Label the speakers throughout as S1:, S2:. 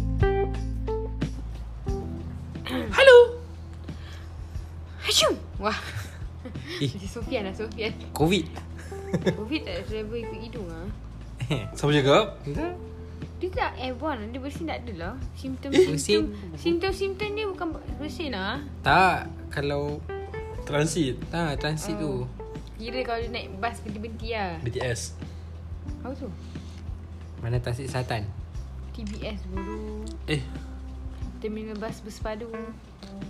S1: Wah.
S2: Eh.
S1: Sofian lah Sofian.
S2: Covid
S1: Covid tak travel ikut hidung ah.
S2: Siapa cakap? Entah
S1: Dia tak airborne Dia bersin tak lah. adalah
S2: Eh,
S1: Simptom-simptom
S2: bersin.
S1: Simptom-simptom dia bukan bersin lah
S2: Tak Kalau
S3: Transit
S2: Tak transit tu
S1: Kira kalau dia naik bas berhenti-berhenti lah
S3: BTS
S1: Apa tu?
S2: Mana transit selatan
S1: TBS baru
S3: Eh
S1: Terminal bas bersepadu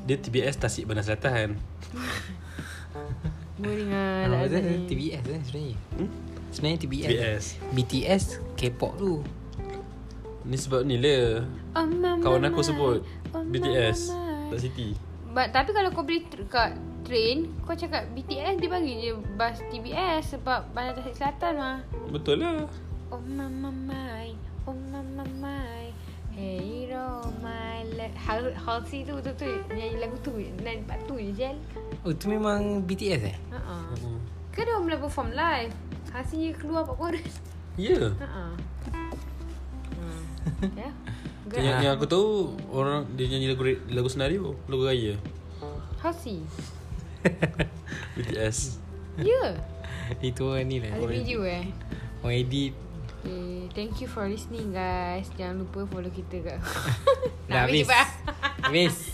S3: Dia TBS Tasik Bandar Selatan
S1: Boring lah
S2: Ah,
S1: Azad
S2: tu
S1: ni.
S2: TBS kan sebenarnya hmm? Sebenarnya TBS,
S3: TBS
S2: BTS K-pop tu
S3: Ni sebab ni le
S1: oh, mama,
S3: Kawan aku sebut
S1: oh,
S3: BTS
S1: mama.
S3: Tak Siti
S1: But, Tapi kalau kau beli tr- kat train Kau cakap BTS Dia bagi je bas TBS Sebab Bandar Tasik Selatan ah. mah
S3: Betul lah
S1: Oh mama mai Oh mama mai Hey Roma Hal Halsey tu betul-betul Nyanyi lagu tu Nyanyi part tu je Jel
S2: Oh tu memang BTS eh
S1: uh-uh.
S3: Hmm.
S1: Kan dia orang pernah perform live Halsey je keluar part chorus
S3: Ya
S1: uh-uh. hmm. Ya
S3: yeah.
S1: Gerak
S3: yang, yang aku tahu Orang dia nyanyi lagu re- lagu senario Lagu raya
S1: Halsey
S3: BTS
S1: Ya
S2: Itu orang ni lah
S1: Ada video eh
S2: Orang edit
S1: Okay, thank you for listening guys. Jangan lupa follow kita kat.
S2: Dah habis
S1: cepat.
S2: Habis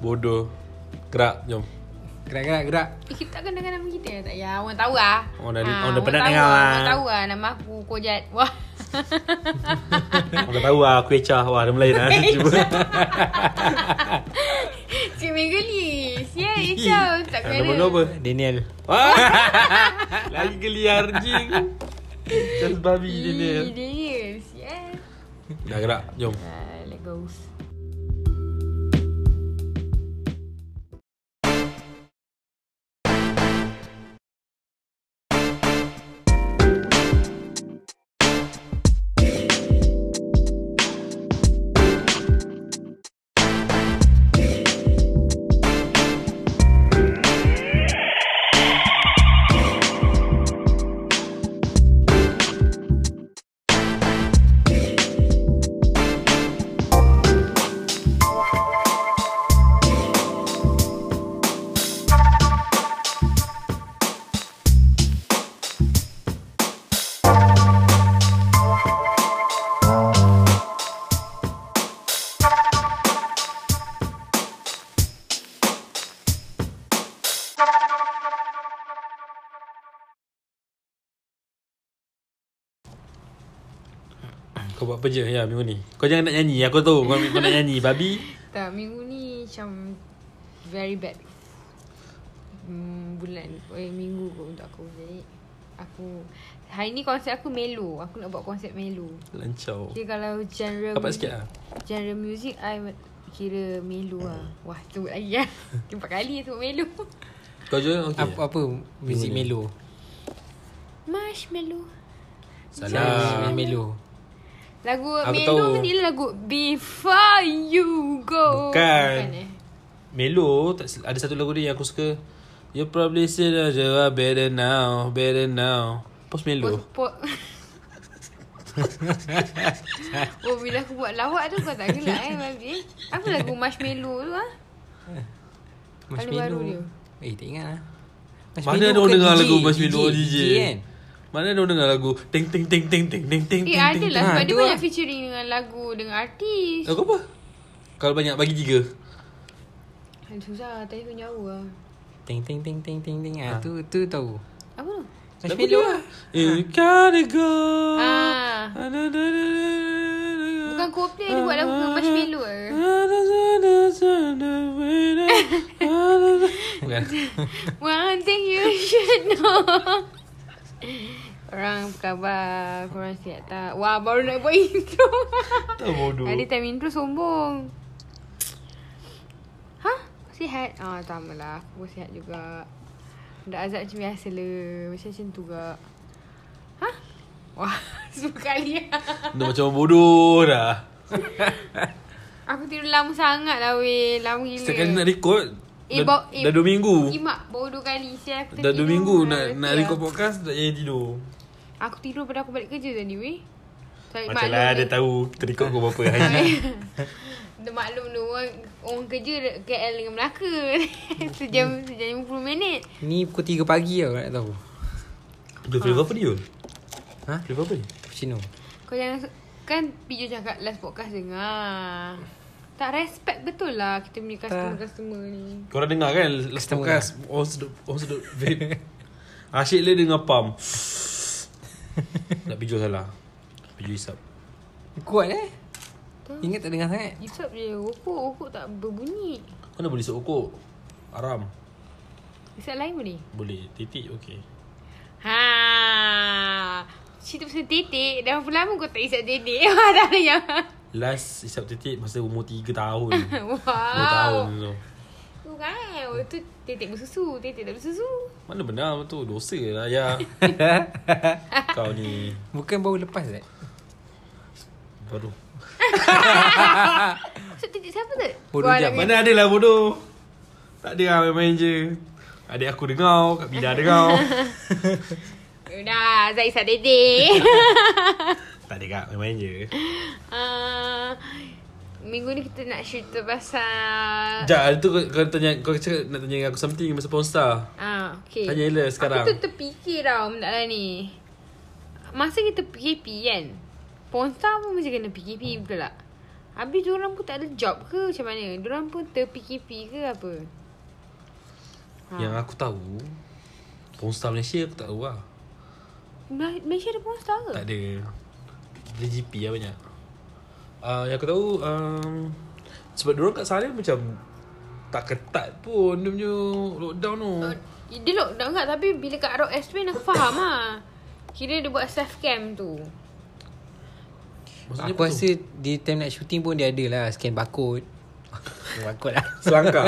S3: Bodoh Kerak jom
S2: Gerak-gerak gerak
S1: Eh, kita tak kena nama kita ke tak? Ya, orang tahu lah.
S3: Orang dah-
S1: Ha,
S3: orang dah penat
S1: tahu
S3: dengar
S1: lah,
S3: lah.
S1: Orang tahu lah nama aku Kojat. Wah.
S3: Aku dah tahu lah Kuih cah Wah ada Melayu lah Cuba
S1: Cik Megalis. Ya, Icau. Tak
S3: Nama
S1: kena.
S3: kau apa
S2: Daniel
S3: Wah. Lagi geli anjing Just babi
S1: Ih,
S3: dia ni
S1: Daniel. Ya.
S3: Dah gerak jom
S1: Ah, Let go.
S3: Kau buat apa je ya minggu ni Kau jangan nak nyanyi Aku tahu kau, kau nak nyanyi Babi
S1: Tak, minggu ni macam very bad hmm, bulan eh, minggu kot untuk aku. Jadi aku hari ni konsep aku melo. Aku nak buat konsep melo.
S3: Lancau
S1: Kira kalau genre
S3: Dapat sikit lah
S1: genre music I kira melo lah. Wah, sebut lagi lah. Empat kali sebut melo.
S3: Kau je okay.
S2: Apa-apa Muzik
S3: Ini.
S2: melo
S1: Marshmallow.
S3: Salah
S2: Muzik Melo
S1: Lagu
S3: Aku
S1: melo
S3: tahu.
S1: ni adalah lagu Before You Go.
S3: Bukan.
S1: eh?
S3: Melo tak, sel- Ada satu lagu dia yang aku suka You probably said that you are better now Better now Post Melo
S1: Pos, po- oh bila aku buat lawak tu kau tak gelak eh Babi Apa lagu Marshmallow tu ah? Paling baru dia.
S2: Eh tak ingat lah
S3: Mana ada orang dengar lagu Marshmello DJ, DJ,
S2: kan
S3: Mana ada orang dengar lagu Ting ting ting ting ting ting ting
S1: Eh
S3: ting,
S1: ada
S3: ting,
S1: lah
S3: ting.
S1: sebab dia
S2: ting. Ha, tu
S1: banyak
S2: lah.
S1: featuring dengan lagu dengan artis
S3: Lagu apa? Kalau banyak bagi tiga
S1: Aduh, Susah tadi pun jauh lah
S2: Ting ting ting ting ting ting ah tu tu tahu.
S1: Apa tu?
S3: Lagu
S2: Marshmello
S3: dia lah. You gotta go
S1: Ha. Ah. Bukan
S3: Bukan
S1: Coldplay dia buat lagu
S3: Ah,
S1: Marshmallow ke?
S3: Bukan
S1: One thing you should know Korang apa khabar? Korang sihat tak? Wah baru nak buat intro
S3: Tak bodoh
S1: Tadi time intro sombong Hah? Sihat? Ah, tak malah Aku pun sihat juga Dah azab macam biasa le Macam macam tu juga Hah? Wah, sepuluh kali lah
S3: Dah macam orang bodoh dah
S1: Aku tidur lama sangat lah weh Lama gila
S3: Setiap kali nak record
S1: Eh,
S3: dah,
S1: bau- eh,
S3: dah 2 minggu
S1: Imak, baru dua kali Sial, aku
S3: Dah 2
S1: tertidur
S3: minggu
S1: lah,
S3: nak nak
S1: letih
S3: record
S1: lah.
S3: podcast Tak jadi tidur
S1: Aku tidur pada aku balik kerja tadi weh Tarik
S3: Macam
S1: maklum
S3: lah dia
S1: ni.
S3: tahu Kita record kau berapa hari
S1: Dia maklum dia orang, orang kerja de- KL dengan Melaka Sejam sejam 50 minit
S2: Ni pukul 3 pagi tau nak tahu.
S3: Dia flavor apa dia?
S2: Ha?
S3: Flavor apa dia?
S2: Cappuccino.
S1: Kau jangan su- Kan Pijo cakap last podcast dengar Tak respect betul lah Kita punya customer-customer ni
S3: Korang dengar kan Last
S2: Customer.
S3: podcast Orang sedut Orang sedut vape Asyik dia dengar pam Nak pijul salah Pijul isap
S2: Kuat eh?
S1: Betul.
S2: Ingat tak dengar sangat?
S1: Isap je Rokok Rokok tak berbunyi
S3: Kau nak boleh isap okok Haram
S1: Isap lain boleh
S3: Boleh Titik okey
S1: Ha, Cerita pasal titik Dah berapa lama kau tak isap titik Wah dah ada yang
S3: Last isap titik Masa umur 3 tahun 2
S1: Wow
S3: tahun tu
S1: Tu kan Tu titik bersusu Titik tak bersusu
S3: Mana benar tu Dosa lah ya Kau ni
S2: Bukan baru lepas eh?
S3: Baru
S1: Maksud titik siapa tu?
S2: Bodoh
S1: Wah,
S2: jam.
S1: dah-
S3: Mana ada lah bodoh Tak ada lah main-main je Adik aku dengar Kak Bida dengar
S1: Dah Zai isap titik
S3: Tak ada kak main-main je
S1: Ah, Minggu ni kita nak cerita pasal
S3: Sekejap hari tu kau, kau tanya Kau cakap nak tanya dengan aku something Masa Pornstar
S1: Ah, okay.
S3: Tanya Ella sekarang.
S1: Aku tu terfikir tau benda lah ni. Masa kita PKP kan. Pornstar pun mesti kena PKP betul tak? Habis diorang pun tak ada job ke macam mana? Diorang pun ter-PKP ke apa?
S3: ha. Yang aku tahu Pornstar Malaysia aku tak tahu lah
S1: Mal- Malaysia ada Pornstar ke?
S3: Tak ada Boleh GP lah banyak uh, Yang aku tahu um, Sebab diorang kat sana macam Tak ketat pun Dia punya lockdown tu
S1: Oh, Dia lockdown kat tapi bila kat Arab Explain aku faham lah. Kira dia buat self-cam tu.
S3: Maksudnya
S2: Aku
S3: apa tu?
S2: rasa di time nak shooting pun dia ada lah scan barcode. Scan barcode lah.
S3: Selangkah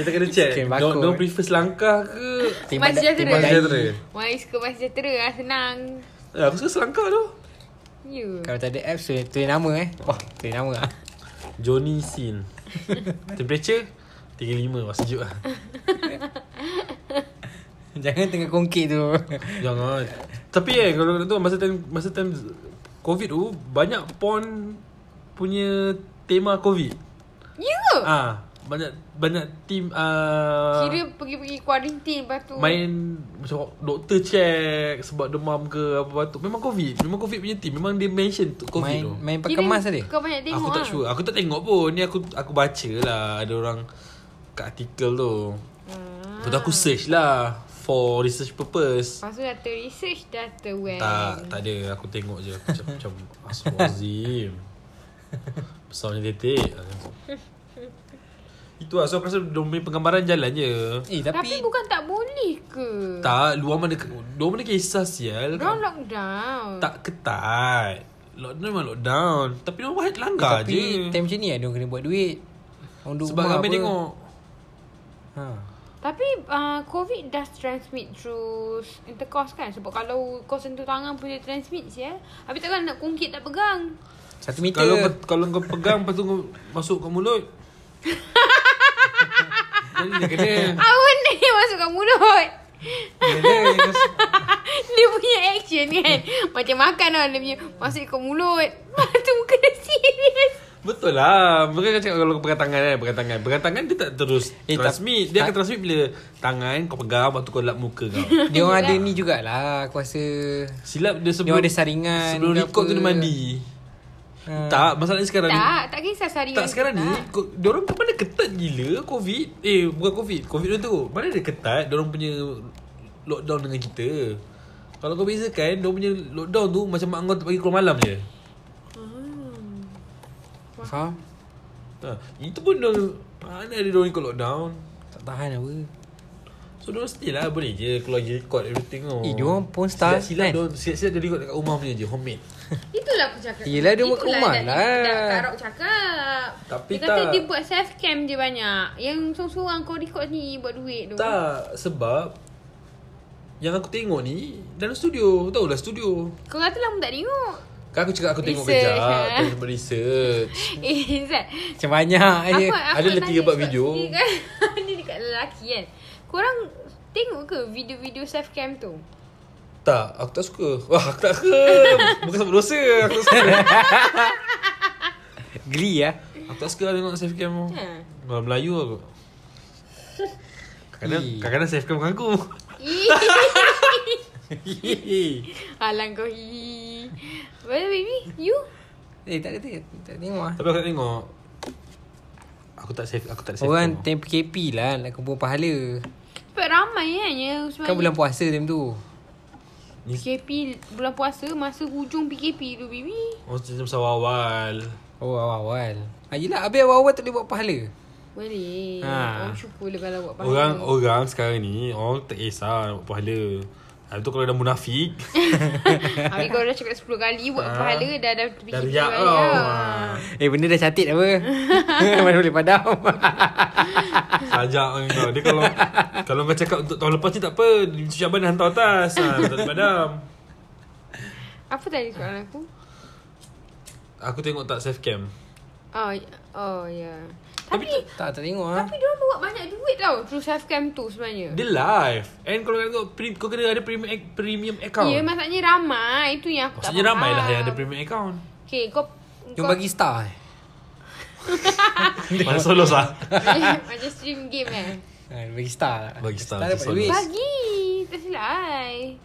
S3: Kita kena check
S2: Scan
S3: Diorang
S2: barcode.
S3: diorang prefer selangkah ke
S1: Mas Sejahtera.
S2: tembak
S3: Sejahtera.
S2: dahi.
S1: Wais ke Mas Sejahtera lah senang.
S3: Eh, Aku suka selangkah tu
S1: Ya. Yeah.
S2: Kalau tak ada apps tulis, tulis nama eh. Oh, tulis nama lah.
S3: Johnny Sin Temperature 35 Wah sejuk lah
S2: Jangan tengah kongkit tu.
S3: Jangan Tapi eh Kalau nak tahu Masa time Masa time Covid tu Banyak porn Punya Tema Covid
S1: Ya ke?
S3: Ah, ha, Banyak Banyak team uh,
S1: Kira pergi-pergi kuarantin lepas tu.
S3: Main Macam doktor check Sebab demam ke Apa patut Memang Covid Memang Covid punya team Memang dia mention tu Covid
S2: main,
S3: tu
S2: main pakai mask tadi.
S1: Kau banyak tengok
S3: Aku tak
S1: ah.
S3: sure Aku tak tengok pun Ni aku aku baca lah Ada orang Kat artikel tu
S1: Ah.
S3: Lepas tu aku search lah For research purpose
S1: Lepas tu dah ter-research Dah ter-well
S3: Tak tak ada Aku tengok je Aku macam, macam Astaghfirullahaladzim Besar macam titik Itu lah So aku rasa Domain penggambaran jalan je
S2: Eh,
S1: tapi,
S2: tapi,
S1: bukan tak boleh ke
S3: Tak Luar mana Luar mana kisah sial
S1: Diorang lockdown
S3: Tak ketat Lockdown memang lockdown Tapi orang buat langgar
S2: tapi
S3: je
S2: time macam ni lah, dia kena buat duit. Orang duduk
S3: Sebab
S2: rumah
S3: ramai
S2: apa.
S3: tengok
S2: Ha.
S1: Tapi uh, COVID dah transmit through intercourse kan Sebab kalau kau sentuh tangan pun dia transmit ya Habis takkan nak kungkit tak pegang
S2: Satu meter.
S3: Kalau kau- kalau kau pegang lepas tu kau masuk ke mulut. Jadi dia kena.
S1: Awan ni masuk kat mulut Dia punya action kan Macam makan tau Dia punya masuk kat mulut Lepas tu muka dia serius
S3: Betul lah. Bukan kau cakap kalau kau pegang tangan eh, pegang tangan. Pegang tangan dia tak terus
S2: Eh,
S3: eh,
S2: tak-
S3: transmit. Dia akan transmit bila tangan kau pegang lepas tu kau lap muka kau.
S2: dia orang ada ni jugalah, aku rasa.
S3: Silap
S2: Dia
S3: dia sebelum
S2: orang ada saringan.
S3: sebelum
S2: ke
S3: record
S2: apa.
S3: tu dia mandi.
S2: Ha.
S3: Tak, masalahnya sekarang ni.
S1: Tak, tak kisah sehari
S3: Tak sekarang ni ko- Diorang kat mana ketat gila Covid Eh bukan Covid Covid dia tu Mana ada ketat Diorang punya Lockdown dengan kita Kalau kau bezakan Diorang punya lockdown tu Macam mak kau pagi keluar malam je
S2: Faham?
S3: ha, Itu pun diorang Mana ada diorang ikut lockdown
S2: Tak tahan apa.
S3: So diorang still lah Boleh je Keluar pergi record everything tu
S2: Eh, diorang porn star
S3: Silap-silap
S2: kan?
S3: diorang Silap-silap dia record dekat rumah punya je Homemade
S1: Itulah aku cakap
S2: Yelah, dia buat kat rumah
S1: tadi
S2: lah.
S1: Dah Kak Rok cakap
S3: Tapi
S1: Dia kata
S3: tak.
S1: dia buat self cam je banyak Yang sorang-sorang kau record ni Buat duit tu
S3: Tak Sebab Yang aku tengok ni Dalam studio Tahu lah studio
S1: Kau kata lah pun tak tengok
S3: Kan aku cakap aku tengok
S1: Research,
S3: kejap
S1: ha?
S3: Aku research
S1: Eh Zat
S2: Macam banyak
S1: Aku,
S2: je.
S1: aku
S3: Ada lah tiga part video.
S1: Dia kan Dia dekat lelaki kan Korang Tengok ke video-video self cam tu
S3: Tak, aku tak suka. Wah, aku tak suka. Bukan sebab dosa. Aku tak suka.
S2: Geli lah
S3: aku tak suka lah tengok safe cam.
S1: Ha.
S3: Malah Melayu aku. Kadang-kadang,
S2: Ih.
S3: kadang-kadang safe cam dengan aku.
S1: Alang kau hi. Well, baby, you?
S2: Eh tak ada tengok Tak tengok lah
S3: Tapi aku tak tengok. Aku tak safe, aku tak ada safe
S2: Orang
S3: cam.
S2: time PKP lah Nak kumpul pahala
S1: Sebab ramai kan yang sebab
S2: Kan bulan puasa time tu
S1: PKP bulan puasa masa hujung PKP tu baby.
S3: Oh, macam awal-awal.
S2: Oh awal-awal ah, Yelah habis awal-awal tak boleh buat pahala
S1: Boleh.
S2: Ha.
S1: Orang syukur lah kalau buat pahala.
S3: Orang orang sekarang ni, orang tak kisah nak buat pahala. Habis tu kalau dah munafik,
S1: Habis kau dah cakap 10 kali buat
S3: Ha.
S1: pahala dah dah fikir
S3: dah
S1: dua
S3: riak
S1: kali
S3: tau.
S1: lah.
S3: Ah.
S2: Eh benda dah catit apa Mana boleh padam
S3: Sajak kan kau Dia kalau Kalau kau cakap untuk tahun lepas ni tak apa Cuci abang dah hantar atas ha, Tak ada padam
S1: Apa tadi soalan aku?
S3: Aku tengok tak safe cam
S1: Oh, y- oh ya. Yeah. Tapi tapi,
S2: Tak tak tengok lah
S1: tapi dia orang buat banyak duit tau through self cam tu sebenarnya.
S3: ha? Dia live And kalau kau tengok pre- Kau kena ada premium, ac- premium account
S1: Ya, maksudnya ramai. Itu yang aku
S3: Maksudnya
S1: tak
S3: ramai lah
S1: faham.
S3: yang ada premium account
S1: Okay, kau...
S2: Jom bagi star eh
S3: Mana solos lah
S1: Macam stream game eh.
S2: Ah, dia Bagi star lah
S3: Bagi star,
S2: dapat
S3: sesonok.
S2: duit
S1: Bagi. Tak silap I.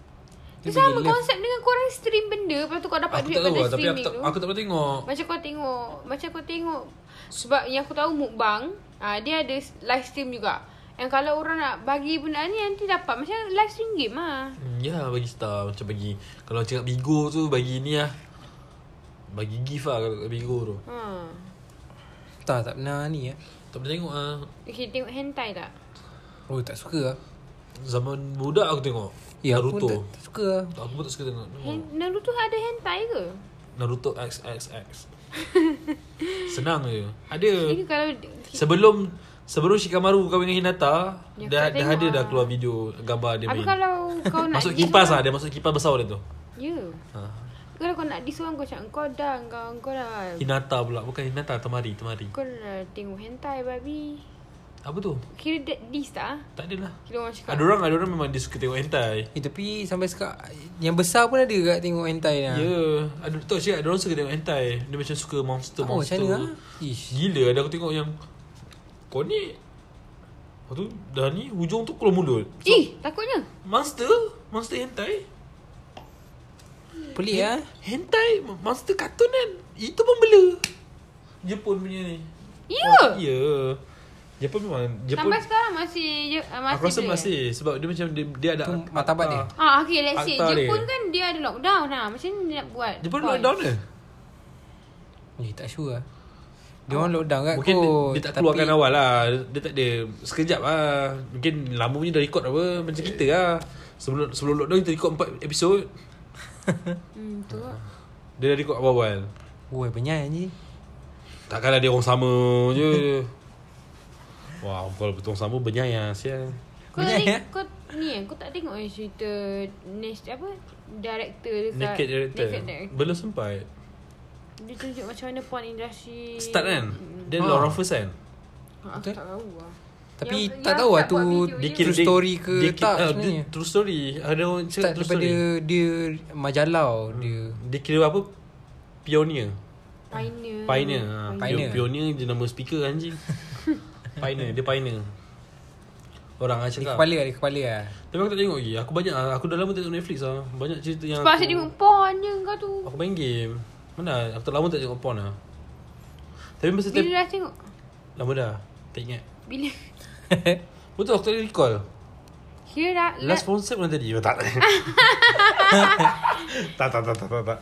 S2: Dia
S1: Itu sama
S2: bagi love.
S1: konsep dengan korang stream benda. Lepas tu kau dapat
S3: Aku
S1: duit
S3: tak
S1: pada
S3: tahu lah Tapi aku
S1: streaming
S3: tak,
S1: tu.
S3: aku tak pernah tengok
S1: Macam kau tengok. Macam kau tengok. Sebab yang aku tahu mukbang. ah dia ada live stream juga. Yang kalau orang nak bagi benda ni nanti dapat. Macam live stream game lah.
S3: Hmm, Ya bagi star Macam bagi Kalau cakap Bigo tu Bagi ni lah Bagi gift lah Kalau kat Bigo tu
S1: Ha.
S2: Tak tak pernah ni lah
S3: Tak pernah tengok lah
S1: Okay, tengok hentai tak?
S2: Oh tak suka lah
S3: Zaman budak aku tengok
S2: Ya aku pun tak,
S3: Naruto
S2: tak suka lah
S3: Aku pun tak suka tengok
S1: Hen Naruto ada hentai ke?
S3: Naruto XXX Senang je Ada
S1: Jadi kalau...
S3: Sebelum Sebelum Shikamaru kahwin dengan Hinata
S1: Ya,
S3: Dah,
S1: aku tak
S3: dah
S1: tengok
S3: ada dah
S1: ah.
S3: keluar video Gambar dia
S1: Apa
S3: main
S1: kalau kau nak...
S3: Masuk
S1: diss
S3: kipas
S1: orang-
S3: lah Dia masuk kipas besar dia tu
S1: Ya.
S3: ha.
S1: Kalau kau nak diss orang kau cakap kau dah kau kau dah
S3: Hinata pula Bukan Hinata Temari Temari
S1: kau dah tengok hentai babi.
S3: Apa tu?
S1: Kira that diss tak? ah?
S3: Tak ada lah
S1: Kira orang cakap.
S3: Ada orang Ada orang memang dia suka tengok hentai
S2: Eh tapi sampai sekarang Yang besar pun ada kat tengok hentai
S3: Ya
S2: lah
S3: yeah. Ada tu cakap Ada orang suka tengok hentai Dia macam suka monster
S2: Oh macam
S3: monster.
S2: mana lah Ish
S3: Gila ada aku tengok yang Kau ni Lepas tu Dah ni Hujung tu keluar mulut
S1: Ih, takutnya.
S3: Monster Monster hentai
S2: Pelik lah
S3: Hentai Monster kartun kan Itu pun bela Jepun punya ni
S1: Ya.
S3: Ya Jepun memang Jepun
S1: Sampai sekarang masih je- ah, masih
S3: Aku rasa
S1: boleh.
S3: masih Sebab dia macam Dia, dia ada
S2: Tu martabat dia.
S1: Ah, okay, let's say
S3: Akta
S1: Jepun
S3: dia.
S1: kan dia ada lockdown lah. Macam mana dia nak buat?
S3: Jepun
S1: Pause.
S3: lockdown ke?
S2: Eh tak sure lah Dia orang lockdown kat
S3: Ah, Mungkin dia,
S2: kot
S3: dia tak keluarkan awal lah Dia tak ada Sekejap lah Mungkin lama punya dah record apa Macam kita lah Sebelum sebelum lockdown kita record 4 episod
S1: Hmm, tu lah.
S3: Dia dah record awal-awal
S2: Woi penyai anjing
S3: Takkanlah dia orang sama je Wah kalau betul sama Benyai lah Sial
S1: Kau tak
S2: Banyak,
S1: tengok,
S2: ya?
S1: kau ni kan, kau tak tengok eh cerita next apa director dekat
S3: Naked director
S1: Naked director.
S3: Belum sempat
S1: Dia tunjuk macam mana porn industry. Hmm.
S3: Start kan Dia
S2: Ha.
S3: ha. Laura First kan
S1: Ah, Aku
S2: Betul.
S1: tak tahu lah.
S2: Tapi
S1: Yang-
S2: tak
S1: yang
S2: tahu lah
S1: tak
S2: tu
S1: buat video
S2: dia
S1: je.
S2: kira- True story ke tak
S3: ah,
S2: sebenarnya?
S3: dia, True story Ada orang cakap
S2: Start
S3: true
S2: daripada
S3: story
S2: dia majalah
S3: Hmm.
S2: dia
S3: Dia kira apa Pioneer
S1: Pioneer.
S3: Pioneer ha,
S2: Pioneer.
S3: Pioneer Pioneer je nama speaker anjing Pioneer Dia pioneer Orang lah
S2: Dia
S3: cakap
S2: kepala ada kepala lah
S3: Tapi aku tak tengok lagi Aku banyak lah. Aku dah lama tak tengok Netflix lah Banyak cerita yang
S1: Sebab
S3: aku-
S1: asyik tengok porn je kau tu.
S3: Aku main game Mana Aku tak lama tak tengok porn lah Tapi masa
S1: Bila
S3: time
S1: dah tengok?
S3: Lama dah Tak ingat
S1: Bila?
S3: Betul aku tak boleh recall
S1: Kira dah.
S3: Last concept mana tadi Oh, Tak Tak tak tak tak tak, tak.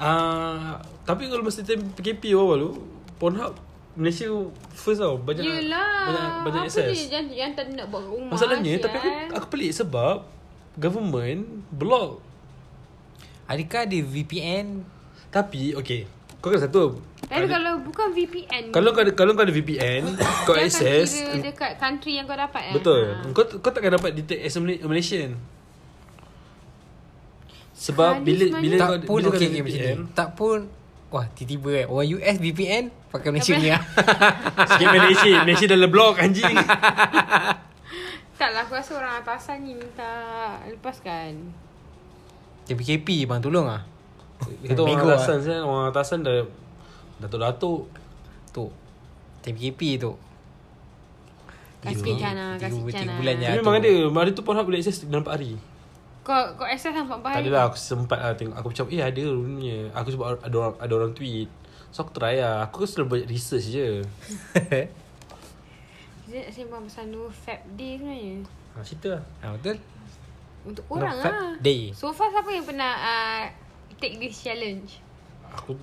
S3: Ah, Tapi kalau masa time PKP awal tu Pornhub Malaysia first tau Banyak
S1: Yelah.
S3: Banyak, banyak
S1: Apa
S3: access
S1: dia eh? yang, yang tak nak buat kat rumah. kan?
S3: Masalahnya
S1: sial.
S3: Tapi aku, aku pelik sebab Government Block
S2: Adakah ada VPN
S3: Tapi Okay Kau kena satu
S1: Tapi kalau bukan VPN.
S3: Kalau kau ada, kalau kau ada VPN Kau
S1: dia akan
S3: access
S1: kira dekat country yang kau dapat eh.
S3: Betul
S1: Ha.
S3: Kau kau takkan dapat detect as a Malay- a Malaysian Sebab
S1: Sekali
S3: bila bila
S2: Tak
S3: kau
S2: pun
S3: bila kau
S2: okay,
S3: ada
S2: okay macam
S3: VPN,
S2: ni Tak pun Wah tiba-tiba kan Orang US VPN Pakai Malaysia ni lah
S3: Sikit Malaysia Malaysia dalam blok anjing
S1: Tak lah aku rasa orang atasan ni minta lepaskan.
S2: Dia PKP bang tolong ah.
S3: Itu orang
S2: Bego ah.
S3: atasan lah. Orang atasan dah Datuk-datuk
S2: Tu. Dia PKP tu.
S1: Kasih
S2: Tiga-
S1: Chan lah,
S2: tiga-
S1: kasih
S2: tiga
S1: Chan lah.
S2: bulan je.
S3: Tapi
S2: Ya,
S3: memang
S2: tu.
S3: ada Hari tu pun boleh access dalam 4 hari
S1: Kau kau access lah, nampak
S3: Tak
S1: bahari.
S3: adalah aku sempat lah tengok Aku macam eh ada rupanya Aku sebab ada orang, ada orang tweet So aku try lah Aku selalu banyak research je
S1: Kita nak sembang pasal no fab day sebenarnya.
S3: ha, Cerita lah
S2: Ha, betul.
S1: Untuk
S2: No
S1: orang
S2: Fab
S1: lah.
S2: Day.
S1: So far siapa yang pernah uh, take this challenge?
S3: Aku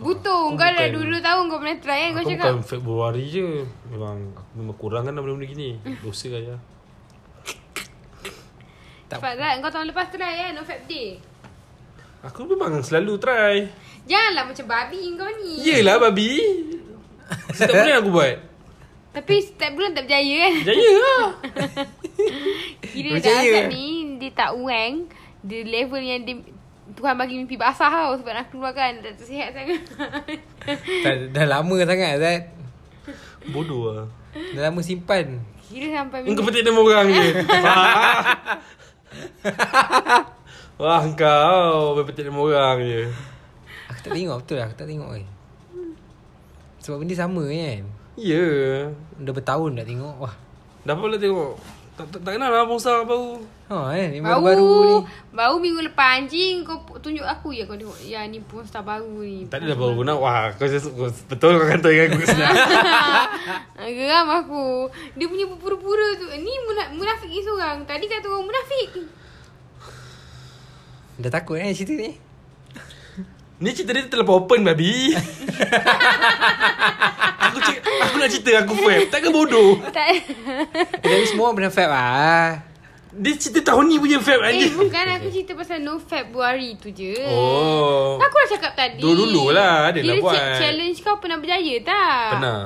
S1: Butuh. Kau dah
S3: aku Oh, bukan-
S1: dulu tahu kau pernah try kan kau
S3: Aku
S1: cakap.
S3: bukan Februari je Memang Aku memang kurang kan benda-benda gini Dosa lah, ya. kaya
S2: Tak-
S1: Sebab tak kau tahun lepas try kan no fab day.
S3: Aku memang selalu try
S1: Janganlah macam babi kau ni.
S3: Yelah babi Setiap bulan aku buat
S1: Tapi setiap bulan tak berjaya kan.
S3: Jaya lah
S1: Kira dah Azab
S2: Berjaya.
S1: ni Dia tak wang Dia level yang dia Tuhan bagi mimpi basah tau Sebab nak keluarkan Tak sihat sangat
S2: Dah, dah lama sangat Zat.
S3: Bodoh lah
S2: Dah lama simpan.
S1: Kira sampai
S3: Engkau
S1: minum-
S3: petik nama orang je Wah kau Petik nama orang je
S2: Aku tak tengok betul lah. Aku tak tengok kan. Sebab benda sama kan.
S3: Ya yeah.
S2: Dah bertahun tak tengok. Wah.
S3: Dah pula tengok Tak, tak, tak kenal lah Abang Sar baru
S2: Ha eh. Yang
S1: Baru
S2: baru-baru ni.
S1: Baru minggu lepas anjing Kau pu- tunjuk aku ya kau tengok Ya ni pun star baru ni
S3: Tak ada dah baru nak Wah kau just, kau, Betul kau kata dengan aku senang
S1: Ah, Geram aku Dia punya berpura-pura tu Ni muna- munafik ni seorang Tadi kata orang munafik
S2: Dah takut eh cerita ni.
S3: Ni cerita dia terlalu open babi Aku cik, aku nak cerita aku fab Takkan bodoh
S1: Tak
S2: Eh, Tapi semua orang pernah fab lah.
S3: Dia cerita tahun ni punya fab
S1: Eh
S3: anjing
S1: bukan aku cerita pasal no Februari tu je
S3: Oh
S1: Aku dah cakap tadi
S3: Dulu-dulu lah, ada
S1: Kira
S3: lah buat.
S1: cha- challenge kau pernah berjaya tak?
S3: Pernah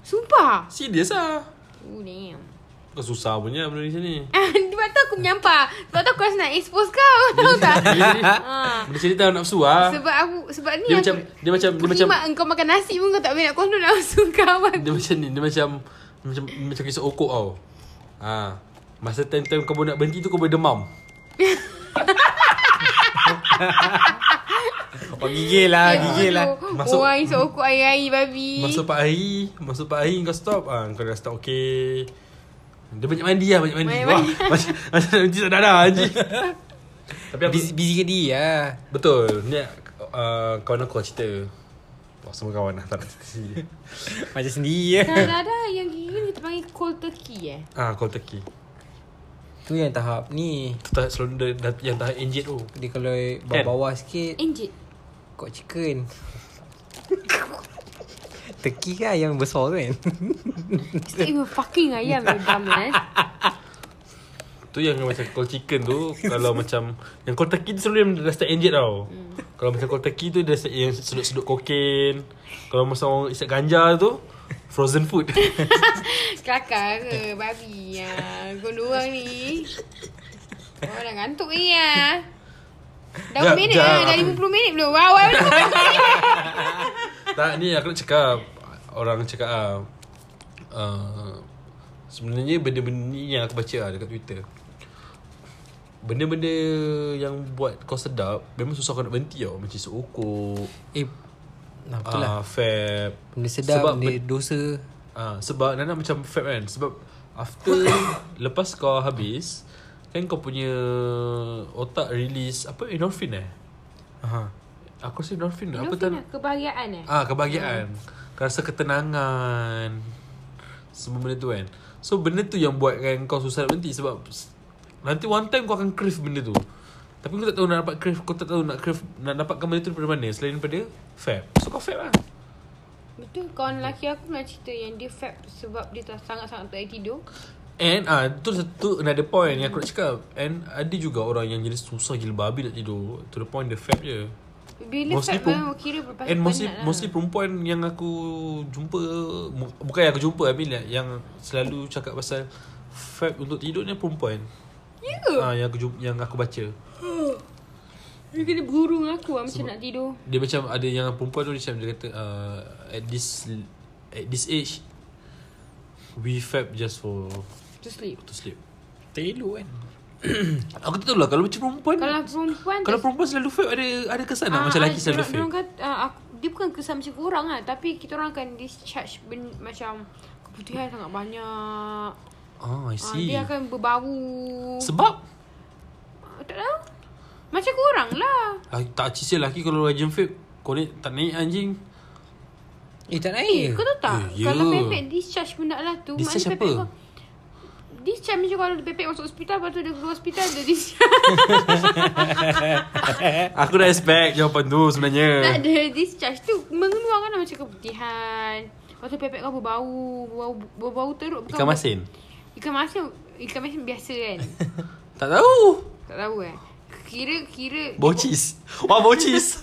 S1: Sumpah
S3: Serius lah
S1: Oh damn
S3: Kau susah punya benda ni sini
S1: Sebab tu aku menyampah Sebab tu aku rasa nak expose kau Tahu tak? ha.
S3: Benda cerita nafsu lah
S1: Sebab aku Sebab ni
S3: Dia
S1: aku
S3: macam Dia macam Dia macam
S1: Mak engkau makan nasi pun Kau tak boleh nak kontrol nafsu kau
S3: Dia macam ni Dia macam dia Macam dia macam kisah okok tau ha. Masa time-time kau baru nak berhenti tu Kau boleh demam
S2: Oh gigil
S1: Ya,
S2: lah. Gigil lah.
S3: "Ah,
S1: Masuk
S3: Masuk-
S1: Orang isap okok air-air babi
S3: Masa 4 hari Masa 4 hari kau stop ha, Kau dah stop okay Dia banyak mandi lah Banyak mandi
S1: Banyak
S3: Wah,
S1: mandi.
S3: Macam macam nak mandi tak dadah anjing Tapi aku
S2: Busy, busy ke dia lah.
S3: Betul Ni uh, Kawan aku cerita Wah semua kawan lah Tak nak cerita sendiri
S2: Macam sendiri eh. je.
S1: Dah ada yang gigi kita panggil cold turkey eh
S3: Ah, call Turkey
S2: Tu yang tahap ni.
S3: Tu tak selalu dah, dah, yang dah engine tu
S2: Dia kalau bawah-bawah sikit.
S1: Enjit
S2: Kok chicken. Turkey kan yang besar tu kan.
S1: It's not even fucking ayam eh, You dumbass
S3: Tu yang macam call chicken tu Kalau macam Yang call turkey tu selalu yang dah start injet tau
S2: Hmm.
S3: Kalau macam call turkey tu Dia start yang sedut-sedut kokain Kalau masa orang isap ganja tu Frozen food
S1: Kelakar
S3: Eh.
S1: ke Babi ya. Kau dua ni Kau dah ngantuk ni ya. Dah
S3: Jap,
S1: berapa minit lah
S3: jap.
S1: Dah 50 minit belum Wow wow
S3: Tak ni aku nak cakap Orang cakap ah, uh, Sebenarnya benda-benda ni yang aku baca lah dekat Twitter Benda-benda yang buat kau sedap Memang susah kau nak berhenti tau Macam isap okok
S2: eh. Nah, betul lah.
S3: ah, Fab
S2: Benda sedap,
S3: Sebab
S2: benda dosa.
S3: Ah, sebab Nana macam fab kan Sebab After Lepas kau habis Kan kau punya Otak release Apa endorphin eh
S2: Aha.
S3: Aku rasa endorphin,
S1: Apa
S3: Apa tan
S1: Kebahagiaan eh
S3: Ah kebahagiaan Kau rasa ketenangan Semua benda tu kan So benda tu yang buatkan kau susah nak berhenti Sebab s- Nanti one time kau akan crave benda tu Tapi kau tak tahu nak dapat crave Kau tak tahu nak crave Nak dapatkan benda tu daripada mana Selain daripada Fab So kau fab lah
S1: Betul kawan lelaki aku pernah cerita Yang dia fab Sebab dia tak sangat-sangat tak payah tidur
S3: And ah tu satu another point yang aku nak cakap. And ada juga orang yang jadi susah gila babi nak tidur. To the point dia fab je.
S1: Bila
S3: Mostly
S1: fab
S3: pun-
S1: memang kira berpasal
S3: And mostly
S1: penat lah.
S3: mostly perempuan yang aku jumpa mu- bukan yang aku jumpa I mean like, yang selalu cakap pasal fab untuk tidur ni perempuan.
S1: Ya ke?
S3: Ah yang aku jumpa, yang aku baca.
S1: Dia kena burung aku lah Macam nak tidur
S3: Dia macam ada yang perempuan tu dia macam dia kata uh, at this at this age we fab just for
S1: To sleep
S3: to sleep.
S2: Tak elok kan.
S3: Aku tak tahu lah Kalau macam perempuan
S1: Kalau perempuan
S3: Kalau perempuan selalu vape Ada ada kesan
S1: Kan
S3: lah
S1: Ah,
S3: Macam
S1: ah,
S3: lelaki selalu
S1: dorang-
S3: vape
S1: dorang kata, ah, aku, dia bukan kesan macam korang lah. Tapi kita orang akan discharge ben, macam keputihan sangat banyak.
S3: Oh
S1: Ah,
S3: I see
S1: dia akan berbau.
S3: Sebab
S1: Ah, tak tahu. Macam korang lah.
S3: ah, Tak cicil lelaki Kalau rajin vape Kau ni tak naik anjing
S2: Eh
S1: Eh,
S2: tak naik
S1: kau tahu tak?
S3: Eh, ya.
S1: Kalau pepek discharge benda lah tu.
S3: Discharge
S1: maknanya
S3: apa?
S1: pepek kau- Discharge macam kalau pepek masuk hospital. Lepas tu dia keluar hospital, dia discharge.
S3: Eh, Aku dah expect jawapan tu sebenarnya
S1: tak ada discharge tu. Mengeluarkan lah macam keputihan. Lepas tu pepek kau berbau. Berbau, berbau teruk. Bukan
S3: Ikan masin
S1: Ikan masin. Ikan masin biasa kan?
S3: Tak tahu
S1: tak tahu eh. Kira, kira.
S3: Bocis Wah bocis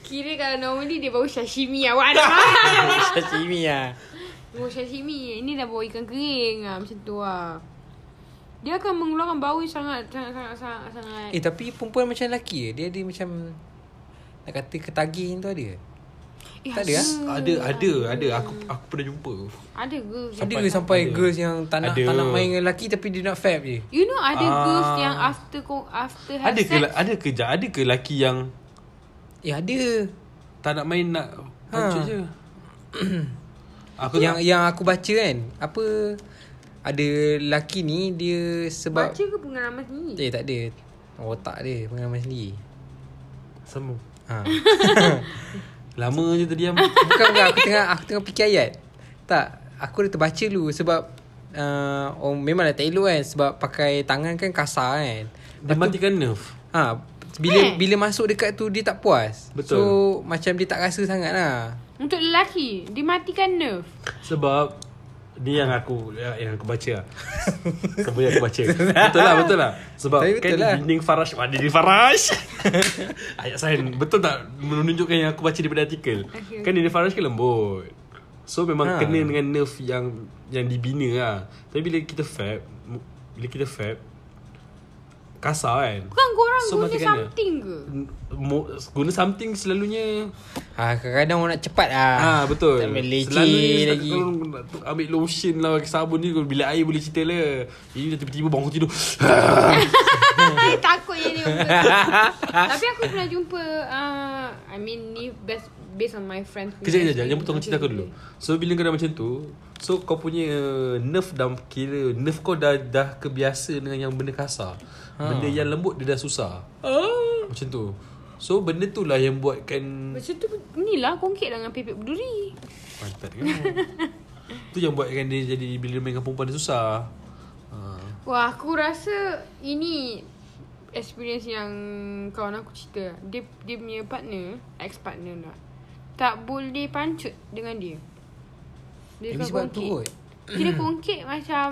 S1: Kira kalau normally dia bau sashimi lah. Wah, ada
S2: Sashimi lah
S1: Bau sashimi Ini dah bau ikan kering lah Macam tu lah Dia akan mengeluarkan bau yang sangat Sangat sangat sangat, sangat.
S2: Eh tapi perempuan macam lelaki ke? Dia ada macam Nak kata ketagih tu ada ke?
S1: eh,
S2: tak ada ah?
S3: Ada ada ada aku aku pernah jumpa.
S1: Ada ke
S2: Ada ke sampai
S3: ada.
S2: girls yang tak nak,
S3: Ada.
S2: tak nak main dengan lelaki Tapi dia nak fab je
S1: You know ada
S3: Ah.
S1: girls yang after ko- after have
S3: Ada ke lah?
S1: sex
S3: ada ke ja- ada ke lelaki yang
S2: Eh ada
S3: tak nak main nak pancut
S2: Ha.
S3: je. aku
S2: Yang
S3: yang
S2: yang aku baca kan Apa Ada lelaki ni Dia sebab
S1: Baca ke pengalaman sendiri
S2: Eh tak ada Otak dia Pengalaman sendiri
S3: sama.
S2: ha.
S3: Lama je terdiam.
S2: Bukan bukan Aku tengah Aku tengah fikir ayat Tak Aku dah terbaca dulu Sebab uh, oh, Memanglah tak elok kan Sebab pakai tangan kan kasar kan
S3: Dia matikan nerve.
S2: ha,
S1: Eh.
S2: Bila bila masuk dekat tu Dia tak puas
S3: Betul.
S2: So Macam dia tak rasa sangat lah
S1: Untuk lelaki Dia matikan nerve
S3: Sebab dia yang aku yang aku baca lah. Sebab yang aku baca. betul lah, betul lah. Sebab
S2: Tapi betul
S3: betul kan
S2: lah.
S3: lah. dinding Faraj, wah dinding Faraj. Ayat saya betul tak menunjukkan yang aku baca daripada artikel.
S1: Okay,
S3: Kan dinding Faraj kan lembut. So
S2: Ha.
S3: memang ha. kena dengan nerve yang yang dibina lah. Tapi bila kita fab, mu- bila kita fab kasar kan.
S1: Bukan korang
S3: So,
S1: so, guna
S3: matikan
S1: something ke
S3: N- mo- Guna something selalunya
S2: ha, Kadang-kadang orang nak cepat lah
S3: Ah betul.
S2: Tak boleh
S3: Selalunya
S2: leceh lagi
S3: Kalau nak tu- ambil lotion lah pakai sabun ni bila air boleh cerita lah. Ini dah tiba-tiba bangun tidur.
S1: Hai, Takut yang ni Tapi aku pernah jumpa uh, I mean ni best Based on my friends punya
S3: Kejap kejap jangan
S1: experience.
S3: potong cerita
S1: Okay,
S3: aku dulu. So bila kau dah macam tu, so kau punya uh, nerve dah kira nerve kau dah dah kebiasa dengan yang benda kasar.
S2: Ah.
S3: Benda yang lembut dia dah susah. Macam tu. So benda tu lah yang buatkan
S1: Macam tu ni lah kongkit lah dengan pepek berduri.
S3: Pantat kau. tu yang buatkan dia jadi bila main dengan perempuan dia susah. Ha.
S1: Wah aku rasa ini experience yang kawan aku cerita. Dia dia punya partner, ex partner lah. Tak boleh pancut dengan dia. Dia
S2: Maybe
S1: kan
S2: sebab tu
S1: kongkit.
S2: kot
S1: Kira kongkit macam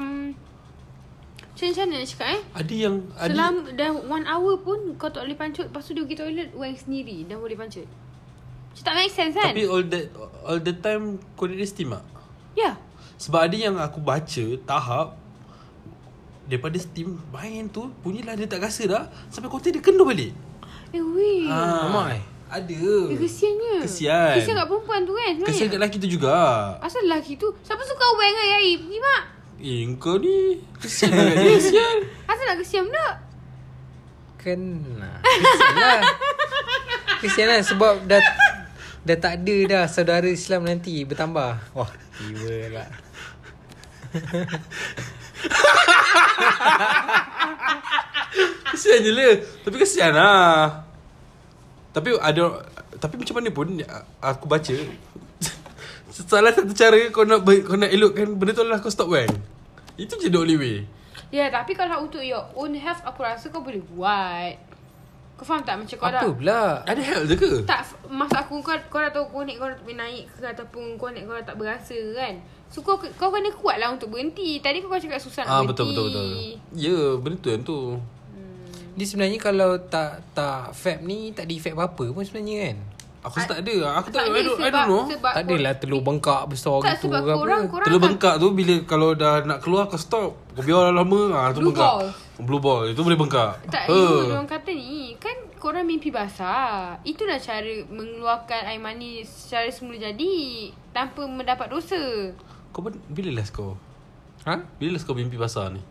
S1: macam macam mana nak cakap eh?
S3: Ada yang ada
S1: Selama dah one hour pun kau tak boleh pancut. Lepas tu dia pergi toilet, wank sendiri. Dah boleh pancut. Macam tak make sense kan?
S3: Tapi all the all the time kau dia steam tak?
S1: Ya. Yeah.
S3: Sebab ada yang aku baca tahap daripada steam main tu punyalah dia tak rasa dah sampai kau dia kendur balik.
S1: Eh weh.
S2: ramai.
S1: Eh,
S3: Ada.
S1: kesiannya.
S3: Ah. Kesian.
S1: Kesian kat perempuan tu kan sebenarnya.
S3: Kesian kat lelaki tu juga.
S1: Asal lelaki tu Siapa suka wang hari hari Pergi mak
S3: Eh kau ni kesian lah kat dia sial.
S1: Asal nak kesian pula
S2: Kena Kesian lah Kesian lah sebab dah Dah tak ada dah saudara Islam nanti bertambah Wah tiba lah
S3: Kesian je lah. Tapi kesian lah. Tapi ada tapi macam mana pun a- aku baca salah satu cara kau nak ber- kau nak elokkan benda tu adalah kau stop bang. Itu je the only way.
S1: Ya tapi kalau untuk your own health Aku rasa kau boleh buat Kau faham tak macam kau dah
S2: Apa pula
S3: Ada help je ke?
S1: Tak Masa aku kau, kau dah tahu konek kau dah tak boleh naik ke Ataupun konek kau dah tak berasa kan So kau, kau kena kuat lah untuk berhenti Tadi kau kau cakap susah nak
S3: Ah
S1: berhenti
S3: betul betul betul. Ya, yeah, benda tu yang tu.
S2: Dia sebenarnya kalau tak tak fab ni tak ada effect apa-apa pun sebenarnya kan.
S3: Aku tak ada. Aku tak,
S1: Tak
S3: I,
S1: ada
S3: don't, I
S1: sebab,
S3: don't know.
S1: sebab
S2: tak adalah telur bengkak besar
S1: Tak
S2: gitu
S1: sebab
S2: ke
S1: korang
S2: apa.
S1: Korang
S3: Telur
S1: akan-
S3: bengkak tu bila kalau dah nak keluar kau stop. Kau biar lama ah tu
S1: Blue
S3: bengkak.
S1: ball.
S3: Blue ball. Itu boleh bengkak.
S1: Tak,
S3: Ha.
S1: you orang kata ni Kan korang mimpi basah Itulah cara mengeluarkan air mani Secara semula jadi Tanpa mendapat dosa
S3: Kau ben- bila last kau?
S2: Ha?
S3: Bila last kau mimpi basah ni?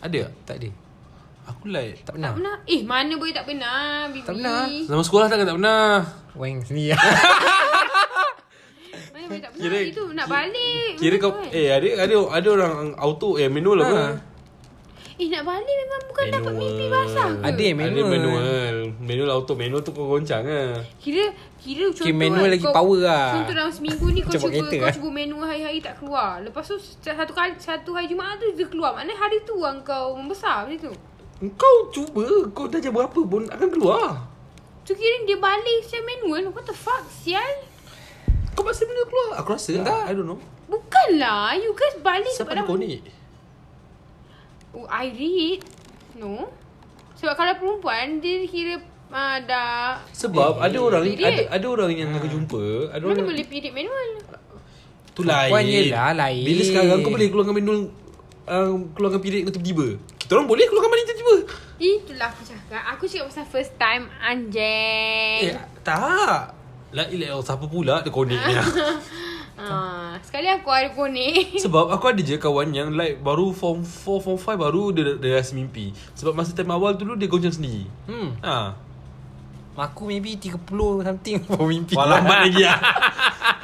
S3: Ada tak?
S2: Tak ada
S3: Aku like
S1: Tak
S2: Tak pernah
S1: pernah Eh mana boleh tak pernah Bibi
S2: Tak pernah.
S3: Zaman sekolah takkan tak pernah
S2: Wang sendiri
S1: Mana boleh tak pernah
S3: Kira-
S1: Itu nak balik
S3: Kira
S1: memang
S3: kau
S1: kan.
S3: Eh ada ada ada orang auto Eh manual lah
S2: Ha.
S3: ha.
S1: Eh nak balik memang bukan dapat mimpi basah ke
S2: Ada yang
S3: Ada
S2: manual
S3: manual Manual auto Manual tu kau goncang lah
S1: Kira Kira contoh
S2: manual
S1: kan,
S2: lagi power lah.
S1: Contoh dalam seminggu ni kau
S2: Macam
S1: cuba
S2: buat kereta
S1: Kau
S2: lah.
S1: cuba manual hari-hari tak keluar Lepas tu satu kali satu hari Jumaat tu dia keluar Maknanya hari tu lah kau membesar macam tu
S3: Kau cuba Kau dah jam berapa pun Akan keluar
S1: Tu kira dia balik secara manual What the fuck sial
S3: Kau paksa manual keluar Aku rasa lah I don't know
S1: Bukanlah lah. You guys balik
S3: Siapa
S1: sebab
S3: ni kau
S1: dah-
S3: ni
S1: Oh, I read No Sebab kalau perempuan Dia kira uh, dah
S3: Sebab ada orang
S1: Period.
S3: ada, ada orang yang aku jumpa Ada
S1: Mana
S3: orang
S1: boleh period manual
S3: Tu lain
S2: Perempuan je lah, lain.
S3: Bila sekarang kau boleh keluarkan manual uh, Keluarkan period kau tiba-tiba Kita orang boleh keluarkan manual tiba-tiba
S1: Itulah aku cakap Aku cakap pasal first time
S3: Eh
S1: Anjing
S3: tak La ilah ilah, siapa pula Dia connect ni
S1: ah, Sekali aku ada konek
S3: Sebab aku ada je kawan yang like Baru form 4, form 5 baru dia, dia rasa mimpi Sebab masa time awal tu dulu dia goncang sendiri
S2: Hmm
S3: Ha
S2: Aku maybe 30 something Baru mimpi
S3: Wah lambat lagi lah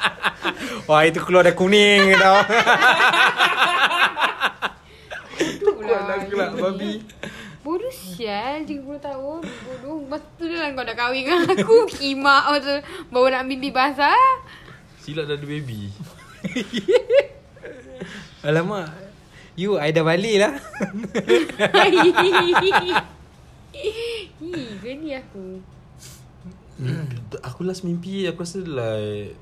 S2: Wah itu keluar dah kuning tau
S1: Itulah
S3: Kelak lah babi
S1: Bodoh sial 30 tahun Bodoh Masa tu lah kau dah kahwin dengan aku Kimak kau tu Baru nak mimpi basah
S3: Silap dah ada baby
S2: Alamak You I dah balik lah
S1: Hi, geli aku
S3: Hmm. Aku last mimpi Aku rasa like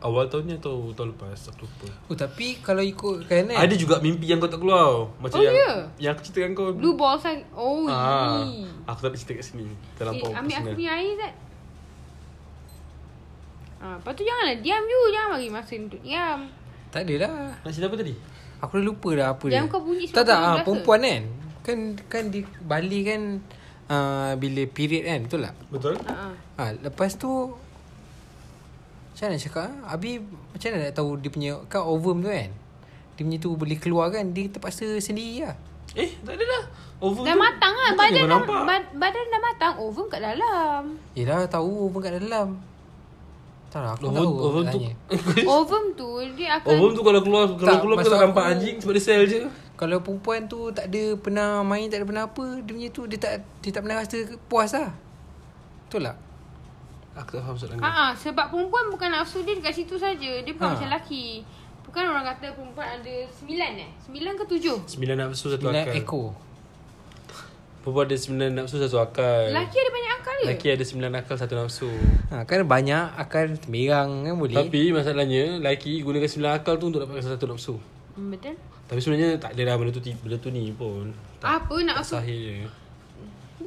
S3: Awal tahun ni atau tahun lepas Aku lupa
S2: Oh tapi kalau ikut kan
S3: Ada juga mimpi yang kau tak keluar
S1: Oh,
S3: Macam yang
S1: ya?
S3: Yang aku ceritakan kau
S1: Blue balls kan Oh
S3: Ah,
S1: ye.
S3: Aku tak nak cerita kat sini Dalam
S1: Eh,
S3: eh,
S1: ambil aku punya air Zat Ah, lepas tu janganlah diam you Jangan bagi masa untuk diam
S2: Tak ada lah
S3: Nak cerita apa tadi?
S2: Aku dah lupa dah apa
S1: Yang
S2: dia.
S1: kau bunyi sebab
S2: Tak
S1: kau
S2: tak
S1: bunyi
S2: ah,
S1: rasa.
S2: perempuan kan Kan kan di Bali kan uh, Bila period kan betul tak
S3: Betul?
S1: Ah, ah.
S2: ha, Lepas tu Macam mana nak cakap ah? Abi macam mana nak tahu dia punya Kan ovum tu kan Dia punya tu boleh keluar kan Dia terpaksa sendiri lah
S3: Eh tak ada lah Over
S1: Dah
S3: tu,
S1: matang lah
S3: bukan
S1: Badan
S3: yang
S1: dah,
S3: nampak.
S1: bad, badan dah matang Oven kat dalam
S2: Yelah tahu ovum kat dalam Tak lah aku
S3: Ovum-
S2: tak tahu
S3: ovum
S2: nak
S3: tu-
S2: tanya.
S1: Oven tu Dia akan
S3: Ovum tu kalau keluar Kalau
S2: Tak,
S3: keluar kau
S2: maksud
S3: tak nampak
S2: aku-
S3: anjing Sebab dia sel je
S2: Kalau perempuan tu tak ada pernah main Tak ada pernah apa Dia punya tu dia tak, dia tak pernah rasa puas lah Betul tak?
S3: Aku tak faham soalan kau
S1: Ha, sebab perempuan bukan nafsu dia dekat situ saja. Dia bukan
S2: Ha.
S1: ha. macam lelaki. Bukan orang kata perempuan ada sembilan eh? Sembilan ke tujuh?
S3: Sembilan nafsu satu
S2: Bila
S3: akal
S2: ekor
S3: Perempuan ada sembilan nafsu satu akal
S1: Lelaki ada banyak akal ke?
S3: Lelaki ada sembilan akal satu nafsu
S2: ha, Kan banyak akan temirang kan boleh Tapi,
S3: Tapi masalahnya Lelaki gunakan sembilan akal tu Untuk dapatkan satu nafsu
S1: Hmm, betul.
S3: Tapi sebenarnya tak ada lah benda tu, ti- benda tu ni pun tak,
S1: Apa nak nafsu?
S3: Sahih je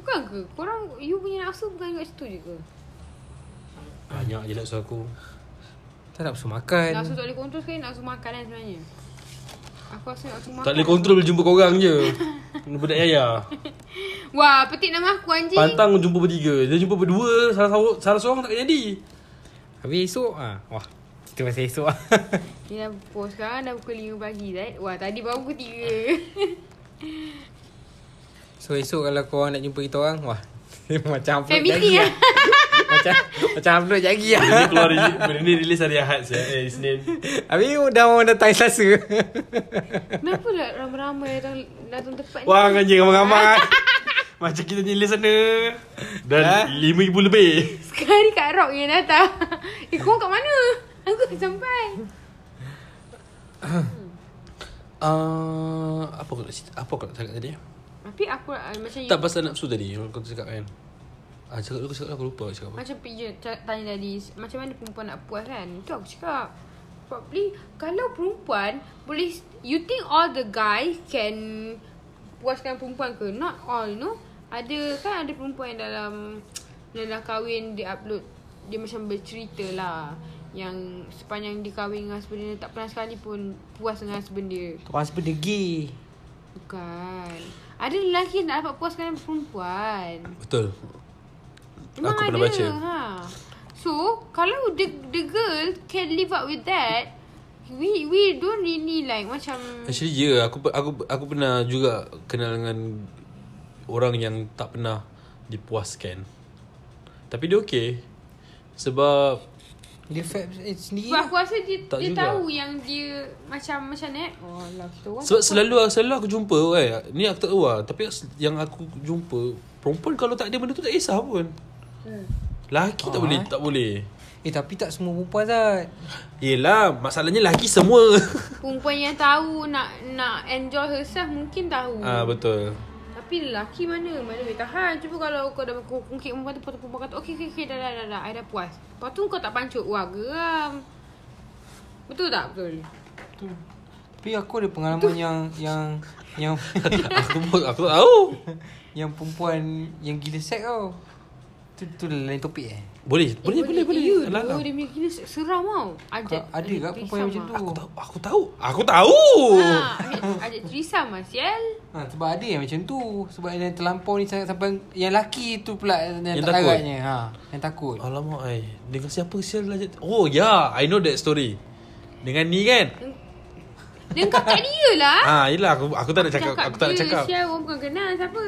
S1: Bukan ke? Korang, you punya nafsu bukan kat situ je ke?
S3: Banyak je nafsu aku
S2: Tak nak suruh
S3: Kan.
S2: makan
S1: Nafsu tak boleh kontrol sekali nafsu makan kan sebenarnya. Aku rasa nafsu makan.
S3: Tak boleh kontrol bila jumpa korang je Budak Yaya
S1: Wah, petik nama aku anjing.
S3: Pantang jumpa bertiga Dia jumpa berdua Salah, salah, salah seorang tak jadi
S2: Habis esok ah, Wah Kita pasal esok lah
S1: Dia dah pukul sekarang dah pukul 5 pagi Zat. Wah, tadi baru pukul 3.
S2: So esok kalau korang nak jumpa kita orang Wah Macam upload
S1: Fan meeting
S2: lagi
S1: lah.
S2: lah Macam Macam upload lagi lah
S3: Benda ni keluar release- Benda ni release hari Ahad saya Eh Isnin
S2: Habis dah orang datang selasa
S1: Kenapa lah ramai-ramai datang, datang tepat ni?
S3: Wah kan je ramai-ramai Macam kita ni list sana
S2: Ha?
S3: Dan lima ribu lebih
S1: Sekali Kak Rock yang datang Eh korang kat mana? Aku tak sampai
S3: uh, Apa kau nak cerita Apa kau nak cakap tadi
S1: Tapi aku uh, macam you,
S3: Tak pasal nafsu tadi Kau cakap kan Ah, cakap aku cakap aku lupa cakap apa.
S1: Macam you ca- tanya tadi Macam mana perempuan nak puas kan Itu aku cakap Probably Kalau perempuan Boleh You think all the guys can Puaskan perempuan ke? Not all you know Ada Kan ada perempuan yang dalam Yang dah kahwin Dia upload Dia macam bercerita lah Yang Sepanjang dia kahwin dengan sebenda Tak pernah sekali pun Puas dengan sebenda
S2: Korang sebenarnya gay
S1: Bukan. Ada lelaki yang nak dapat puas kerana perempuan.
S3: Betul
S1: Memang
S3: Aku
S1: ada.
S3: pernah baca.
S1: Ha. So, kalau the, the girl can live up with that, we we don't really like macam
S3: Actually ya yeah, aku pe- aku aku pernah juga kenal dengan orang yang tak pernah dipuaskan. Tapi dia okey. Sebab
S2: Dia fab eh, sendiri
S1: sebab
S2: lah
S1: aku rasa dia,
S3: Tak
S1: dia
S3: juga.
S1: tahu yang dia macam macam ni. Oh lah tu.
S3: sebab selalu selalu aku jumpa eh ni aku tak tahu lah tapi yang aku jumpa perempuan kalau tak ada benda tu tak kisah pun.
S1: Hmm.
S3: Laki tak
S2: Ah,
S3: boleh
S2: eh.
S3: tak boleh.
S2: Eh tapi tak semua perempuan Zat
S3: Yelah masalahnya laki semua.
S1: Perempuan yang tahu nak nak enjoy herself mungkin tahu.
S3: ah betul.
S1: Tapi lelaki mana Mana boleh tahan Cuba kalau kau dah kau kungkit perempuan tu Lepas tu perempuan kata Okay, okay, okay dah, dah, dah, dah I dah puas Lepas tu kau tak pancut Wah, geram Betul tak? Betul
S2: Tapi aku ada pengalaman yang Yang Yang
S3: aku pun aku tak tahu.
S2: yang perempuan Yang gila sek tau Tu, tu lain topik eh
S3: Boleh, boleh, boleh, boleh.
S1: You,
S3: Alah, alah.
S1: dia punya gila seram tau Ajak
S2: Kau- ada ke
S1: ajak
S2: perempuan yang
S1: threesome
S2: macam
S1: ah.
S3: Aku tahu, aku tahu. Aku tahu.
S1: Ha, ajak- ajak trisam lah, sial
S2: ha, Sebab ada yang macam tu Sebab yang terlampau ni sangat sampai Yang laki tu pula Yang, yang
S3: Yang
S2: tak
S3: takut.
S2: laratnya ha, Yang takut
S3: Alamak eh. ai. Dengan siapa sial lah jat- Oh ya, yeah, I know that story. Dengan ni kan?
S1: Dia kau kat dia lah
S3: Ah, yelah aku aku tak nak cakap, aku tak nak
S1: dia,
S3: cakap.
S1: Sial, orang bukan kenal siapa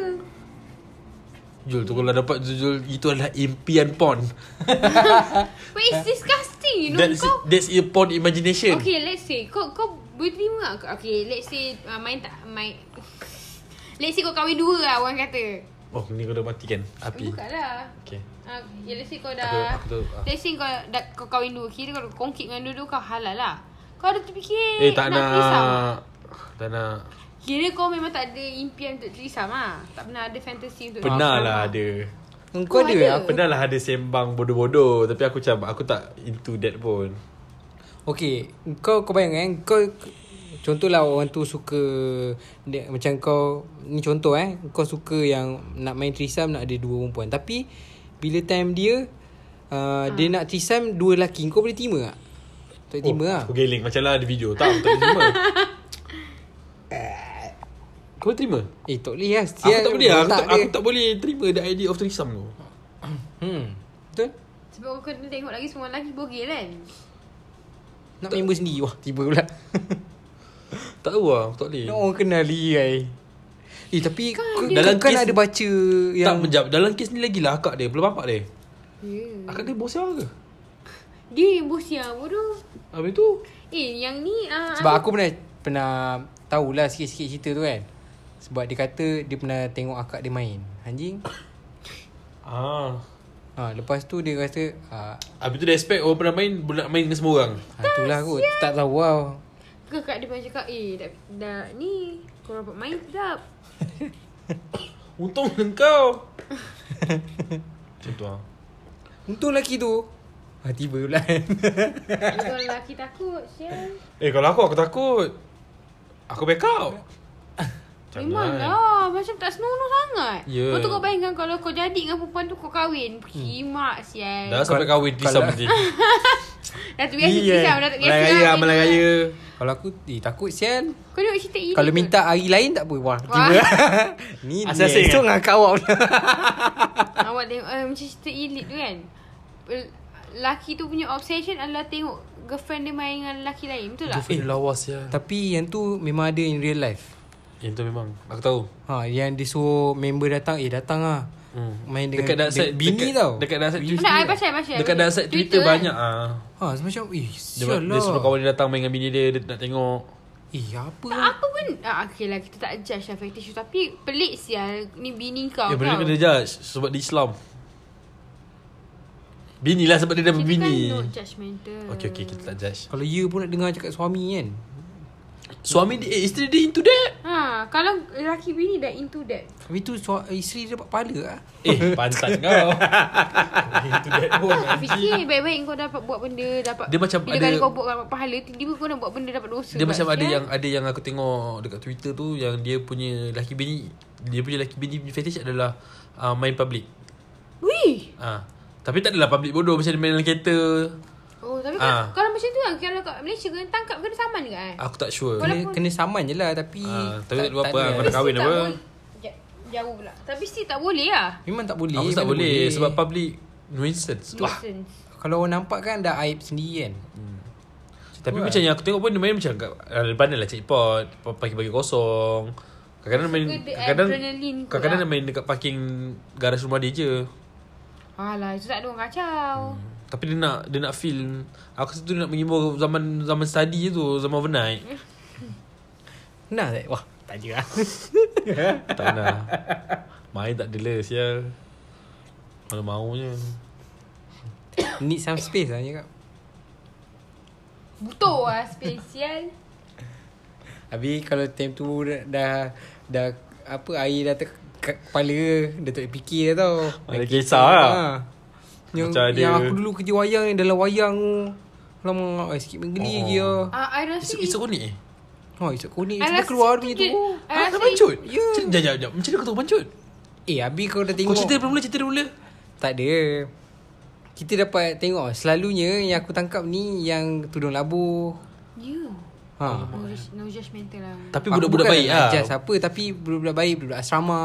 S3: Jul tu kalau dapat Jul itu adalah impian porn.
S1: But
S3: Eh.
S1: it's disgusting, you know
S3: That's
S1: Kau
S3: that's a porn imagination.
S1: Okay, let's say kau kau boleh terima tak? Okay, let's say uh, main tak main Let's say kau kahwin dua lah orang kata.
S3: Oh, ni kau dah mati kan? Api.
S1: Bukanlah.
S3: Okay.
S1: Uh, ya, let's say kau dah
S3: Aku, aku tahu. Ah.
S1: Let's say kau, dah, kau kahwin dua Kira kau kongkit dengan dua-dua kau halal lah Kau ada terfikir
S3: Eh, tak
S1: threesome?
S3: nak. Tak nak.
S1: Kira kau memang tak ada impian untuk threesome lah Tak pernah ada fantasy untuk
S3: Pernah
S1: threesome
S3: lah
S1: ah.
S3: ada.
S2: Kau ada
S1: ada.
S2: eh? apa?
S3: Pernah lah ada sembang bodoh-bodoh tapi aku macam aku tak into that pun.
S2: Okay Kau kau bayangkan eh, Kau Contohlah orang tu suka dia, Macam kau Ni contoh eh Kau suka yang Nak main trisam Nak ada dua perempuan Tapi Bila time dia uh, Dia nak trisam Dua lelaki Kau boleh terima tak? Tak terima lah
S3: Aku geling macam lah ada video. Tak, aku tak boleh terima. Kau boleh terima?
S2: Eh tak boleh lah
S3: Aku tak boleh lah.
S2: botak
S3: Aku tak,
S2: dia.
S3: aku tak boleh terima the idea of threesome tu.
S2: hmm. Betul
S1: Sebab kau kena tengok lagi semua lelaki bogel kan
S2: Nak member sendiri Wah tiba pula
S3: Tak tahu lah. Aku tak boleh.
S2: Nak orang kenal dia Eh tapi Kau,
S3: dia-
S2: dalam
S3: Dalam
S2: kan
S3: kes-
S2: ada baca
S3: Yang... Tak
S2: Yang
S3: menjawab. Dalam kes ni lagi lah akak dia. Belum bapak dia.
S1: yeah.
S3: Akak dia bos siapa ke?
S1: Ya. Dia yang bosia bodoh
S3: Habis tu?
S1: Eh yang ni uh,
S2: Sebab aku pernah pernah tahulah sikit-sikit cerita tu kan. Sebab dia kata dia pernah tengok akak dia main. Anjing.
S3: Ah.
S2: Ha, lepas tu dia kata ah
S3: Habis tu dia expect orang pernah main nak main dengan semua orang.
S2: ha, itulah aku tak tahu wow.
S1: Kakak dia pun cakap Eh dah, dah ni Kau dapat main sedap
S3: Untung engkau. Macam tu lah.
S2: Untung lelaki tu. Ha, tiba pula kan.
S1: Kalau lelaki takut Sial
S3: Eh kalau aku aku takut. Aku back out.
S1: Memang lah Macam tak senonoh sangat
S3: Ya.
S1: Lepas tu kau bayangkan Kalau kau jadi dengan perempuan tu Kau kahwin
S2: Hmm.
S1: Kimak sial
S3: Dah sampai kahwin
S2: kalau-
S3: threesome nanti.
S1: Dah tu biasa pisau Dah tak biasa
S3: Malang raya,
S1: kahwin.
S3: malang raya.
S2: Kalau aku eh, takut sial.
S1: Kau tengok cerita ini
S2: Kalau
S1: tu.
S2: minta hari lain tak apa. Wah, tiba. Ni dia.
S3: Asing-asing
S2: Esok
S3: eh?
S2: dengan akak awak pula.
S1: Awak tengok uh, Macam cerita elite tu kan L- Lelaki tu punya obsession Adalah tengok Girlfriend dia main dengan lelaki lain Betul tak?
S3: Girlfriend dia lawas ya.
S2: Tapi yang tu memang ada in real life.
S3: Yang tu memang aku tahu.
S2: Ha, yang dia suruh member datang, eh datang lah.
S3: Hmm.
S2: Main dengan
S3: Dekat dasar
S2: dia- bini
S3: dekat,
S2: tau.
S3: Dekat dasar
S1: Nak I baca I baca
S3: Dekat dasar Twitter,
S1: kan?
S3: banyak ah.
S2: Ha, macam eh,
S3: Dia,
S2: sial lah.
S3: dia suruh kawan dia datang main dengan bini dia, dia nak tengok.
S2: Eh, apa
S1: Tak
S2: lah.
S1: apa pun ah, Okay lah Kita tak judge lah fetish tu. Tapi pelik sial Ni bini kau
S3: Eh, benda
S1: kau.
S3: ni kena judge sebab dia Islam. Bini lah sebab dia dah
S1: Kita
S3: berbini.
S1: kan not judgmental
S3: Okay, okay, kita tak judge.
S2: Kalau you pun nak dengar cakap suami kan
S3: Suami dia, eh, isteri dia into that.
S1: Ha, kalau lelaki bini dah into that
S2: Habis tu sua- isteri dia dapat pahala lah
S3: Eh, pantat kau. into that pun.
S1: Fikir baik-baik kau dapat buat benda dapat
S3: Dia macam
S1: Bila
S3: ada-
S1: kali kau buat dapat pahala Tiba-tiba kau nak buat benda dapat dosa
S3: Dia
S1: pula,
S3: macam ada
S1: sial.
S3: yang ada yang aku tengok dekat Twitter tu yang dia punya laki bini dia punya laki bini punya fetish adalah uh, main public.
S1: Wih
S3: Ah. Tapi tak adalah public bodoh macam dia main dalam kereta.
S1: Oh tapi ha. kalau,
S3: Ah.
S1: kalau macam tu kan Kalau kat Malaysia kena tangkap kena saman ke kan
S3: Aku tak sure.
S1: Walaupun-
S2: Kena, kena saman je lah Tapi
S3: Ah, tapi tak ada apa lah,
S2: ada.
S3: kau nak kahwin apa?
S1: Jauh pula Tapi still tak boleh lah
S2: Memang tak boleh
S3: aku tak
S2: mana
S3: boleh, sebab public nuisance lah.
S1: Nonsense
S2: Kalau orang nampak kan Dah aib sendiri kan
S3: Hmm.
S2: Macam
S3: Tapi macam yang aku tengok pun dia main macam kat ah, Lebanon lah jackpot Pagi-pagi kosong Kadang-kadang dia main
S1: Suka the
S3: Kadang-kadang
S1: adrenaline kot
S3: Kadang-kadang
S1: lah.
S3: dia main dekat parking Garaj rumah dia je
S1: Alah, itu tak ada orang kacau.
S2: Hmm.
S3: Tapi dia nak Dia nak feel Aku rasa tu dia nak mengimbau Zaman zaman study je tu Zaman overnight
S2: Nah tak? Wah tak ada lah
S3: Tak nak Main tak ada lah sial Mana maunya
S2: Need some space lah cakap
S1: Butuh lah spesial.
S2: Habis kalau time tu dah Dah, dah Apa air dah terkat kepala ke, Dah tak fikir dah tau
S3: Ada
S2: Dah
S3: kisah
S2: kisah.
S3: lah.
S2: Yang,
S3: Macam ada-
S2: yang aku dulu kerja wayang ni, Dalam wayang tu Lama eh, sikit menggeli
S3: Oh.
S2: lagi lah
S1: Ah, I rasa...
S3: Esok, esok kau ni eh
S2: Oh esok konik
S1: I
S2: Semua
S1: rasa
S2: keluar
S1: tu
S2: punya
S1: dia-
S2: tu
S1: I
S3: Ah, dah
S1: rasa-
S3: pancut?
S2: Ya.
S3: Macam- Jap, jap, jap Macam mana kau tahu pancut?
S2: Eh habis kau dah
S3: Kau
S2: tengok
S3: cerita dari mula, cerita dari mula
S2: Tak ada Kita dapat tengok Selalunya yang aku tangkap ni Yang tudung labuh
S1: You.
S2: Ha.
S1: No, Ya. judge- no judgmental lah.
S3: Tapi
S2: Aku
S3: budak-budak
S2: bukan
S3: baik
S2: nak
S3: lah
S2: ajar siapa Tapi budak-budak baik Budak asrama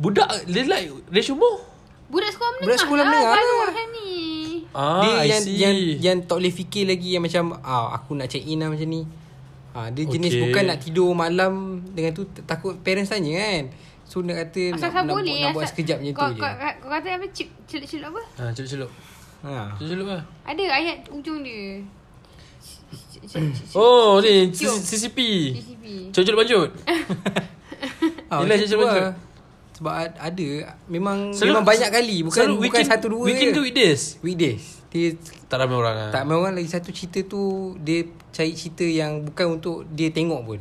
S3: Budak Dia like Ratio more
S1: Budak sekolah menengah
S2: Budak sekolah
S1: lah.
S2: menengah
S1: baru
S2: lah.
S1: macam ni.
S3: Ah,
S2: dia
S3: I
S2: yang,
S3: see.
S2: yang yang tak boleh fikir lagi yang macam ah aku nak check in lah macam ni. Ah dia jenis
S3: Okay.
S2: bukan nak tidur malam dengan tu t- takut parents tanya kan. So nak kata nak,
S1: Asal-asal
S2: nak,
S1: boleh.
S2: buat- nak buat
S1: asal-
S2: sekejap macam
S1: kau,
S2: tu je.
S1: kau, kau, kau kata apa? Cip- Celup-celup apa?
S3: Ha, celup-celup.
S2: Ha.
S3: Celup-celup lah.
S1: Ada ayat ujung dia. C- c- c- c-
S3: Oh, ni
S1: Cium.
S3: C- CCP.
S1: CCP.
S3: Celup-celup pancut.
S2: Ah,
S3: Yelah,
S2: macam
S3: macam
S2: tu
S3: macam.
S2: lah. sebab ad- ada memang memang banyak kali bukan
S3: selalu
S2: bukan
S3: weekend-
S2: satu dua
S3: Weekend
S2: je.
S3: do weekdays.
S2: Weekdays. Dia
S3: Tak ramai orang lah.
S2: tak memang lagi satu cerita tu dia cari cerita yang bukan untuk dia tengok pun.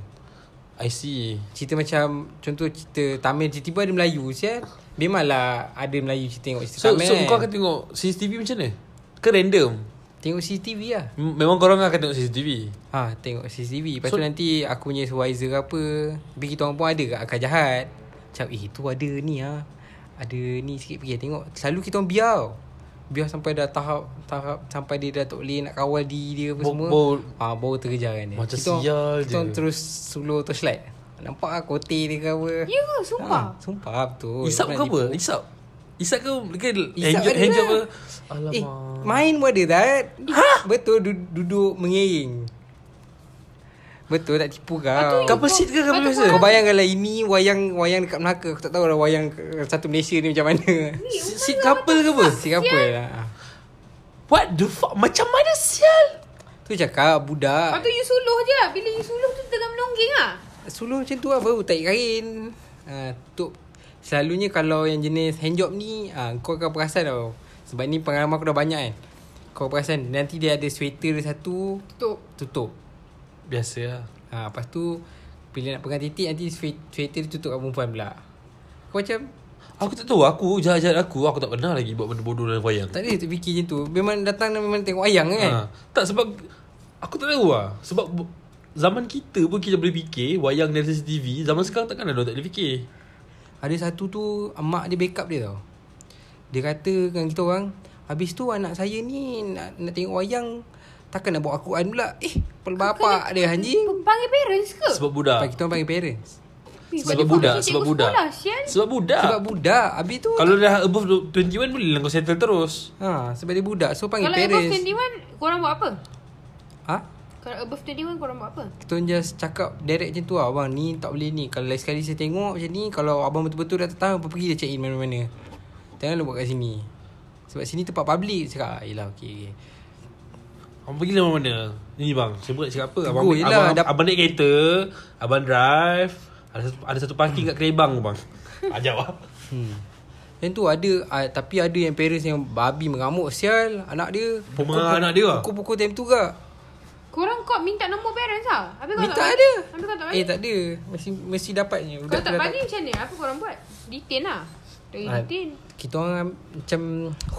S3: I see.
S2: Cerita macam Contoh cerita Tamil Tiba-tiba ada Melayu Sial Memanglah Ada Melayu cerita Tengok cerita
S3: So,
S2: Tamil
S3: so
S2: kan.
S3: kau akan tengok CCTV macam mana? Ke random?
S2: Tengok CCTV lah
S3: M- Memang korang akan tengok CCTV.
S2: Ha tengok CCTV Lepas so, tu
S3: So-
S2: nanti Aku punya supervisor ke apa Tapi kita orang pun ada kat akal jahat Macam eh tu ada ni ha Ada ni sikit pergi tengok Selalu kita orang biar tau. Biar sampai dah tahap tahap Sampai dia dah tak boleh Nak kawal diri dia apa
S3: Bo-
S2: semua
S3: bo-
S2: ha, Baru terkejar kan dia
S3: Macam
S2: kita, orang-
S3: sial
S2: Kita
S3: je.
S2: orang terus slow torchlight Nampak lah kotir dia ke
S1: Ya
S2: apa
S1: ke? Sumpah.
S2: Ha, sumpah betul
S3: Isap
S2: Nak
S3: ke apa?
S2: tipu.
S3: Isap. Isap ke? Ke
S2: Isap
S3: handjob
S2: ada
S3: handjob ke?
S2: lah.
S3: Alamak.
S2: Eh, main pun ada tak? Ha? Betul du- duduk mengiring. Betul tak tipu kau.
S3: Kau pesit ke kau biasa?
S2: Kau bayangkanlah ini wayang wayang dekat Melaka. Aku tak tahu lah wayang eh, satu Malaysia ni macam mana.
S3: Si- Si couple ke apa?
S2: Si apa lah.
S3: What the fuck? Macam mana sial?
S2: Tu cakap
S1: Lepas
S2: budak.
S1: tu you suluh je lah. Bila you suluh tu tengah melongging lah.
S2: Suluh macam tu lah baru tarik kain. Ha, tu selalunya kalau yang jenis handjob ni ha, kau akan perasan tau. Sebab ni pengalaman aku dah banyak kan. Kau perasan nanti dia ada sweater satu
S1: Tutup.
S2: tutup.
S3: Biasa lah.
S2: Ha, lepas tu bila nak pegang titik nanti swe- sweater dia tutup kat perempuan pula. Kau macam
S3: Aku tak tahu Aku jahat-jahat aku Aku tak pernah lagi Buat benda bodoh dalam wayang
S2: tak ada tu fikir macam tu. Memang datang dan memang tengok ayang kan.
S3: ha. Tak sebab Aku tak tahu lah Sebab bu- Zaman kita pun kita boleh fikir Wayang dari CCTV Zaman sekarang takkan ada orang tak boleh fikir
S2: Ada satu tu mak dia backup dia tau. Dia kata dengan kita orang, habis tu anak saya ni nak, nak tengok wayang takkan nak bawa Al-Quran pula. Eh, kepala bapak dia Eh, anjing.
S1: Panggil parents ke?
S3: Sebab
S2: Sebab
S3: budak
S2: kita orang panggil parents.
S1: Eh, what the
S3: Sebab
S1: fuck,
S3: budak
S1: macam
S3: Sebab
S1: cikgu
S3: budak
S1: Sekolah, sial.
S3: Sebab budak
S2: Sebab budak. Habis tu
S3: Ya. Kalau dah above 21 Boleh lah kau settle terus
S2: ha, sebab dia budak. So panggil
S1: Kalau above
S2: parents.
S1: 21, korang buat apa?
S2: Ha?
S1: Kalau above 21, korang buat apa?
S2: Kita orang just cakap direct macam tu lah Abang ni tak boleh ni Kalau lain sekali saya tengok macam ni Kalau abang betul-betul dah tak tahu Apa pergi dia check in mana-mana Janganlah buat kat sini Sebab sini tempat public Cakap ah, yelah okay, okay.
S3: Abang pergi lah mana Ni bang Saya buat cakap apa
S2: Tegur
S3: Abang,
S2: je
S3: abang,
S2: lah.
S3: abang,
S2: Dap-
S3: abang naik kereta Abang drive Ada satu, ada satu parking kat Kerebang bang Ajak lah
S2: hmm. Yang tu ada ah, Tapi ada yang parents yang babi mengamuk Sial anak dia
S3: Pemarah anak dia lah.
S2: Pukul-pukul time tu ke
S1: Korang kau minta nombor parents lah. Habis kau
S2: Minta
S1: tak
S2: ada
S1: bagi? Habis kau tak bagi?
S2: Eh tak ada Mesti, mesti dapatnya
S1: Kalau tak
S2: tu dah
S1: bagi macam mana? Apa korang buat? Detain lah. Dari
S2: Ah,
S1: detain.
S2: Kita orang macam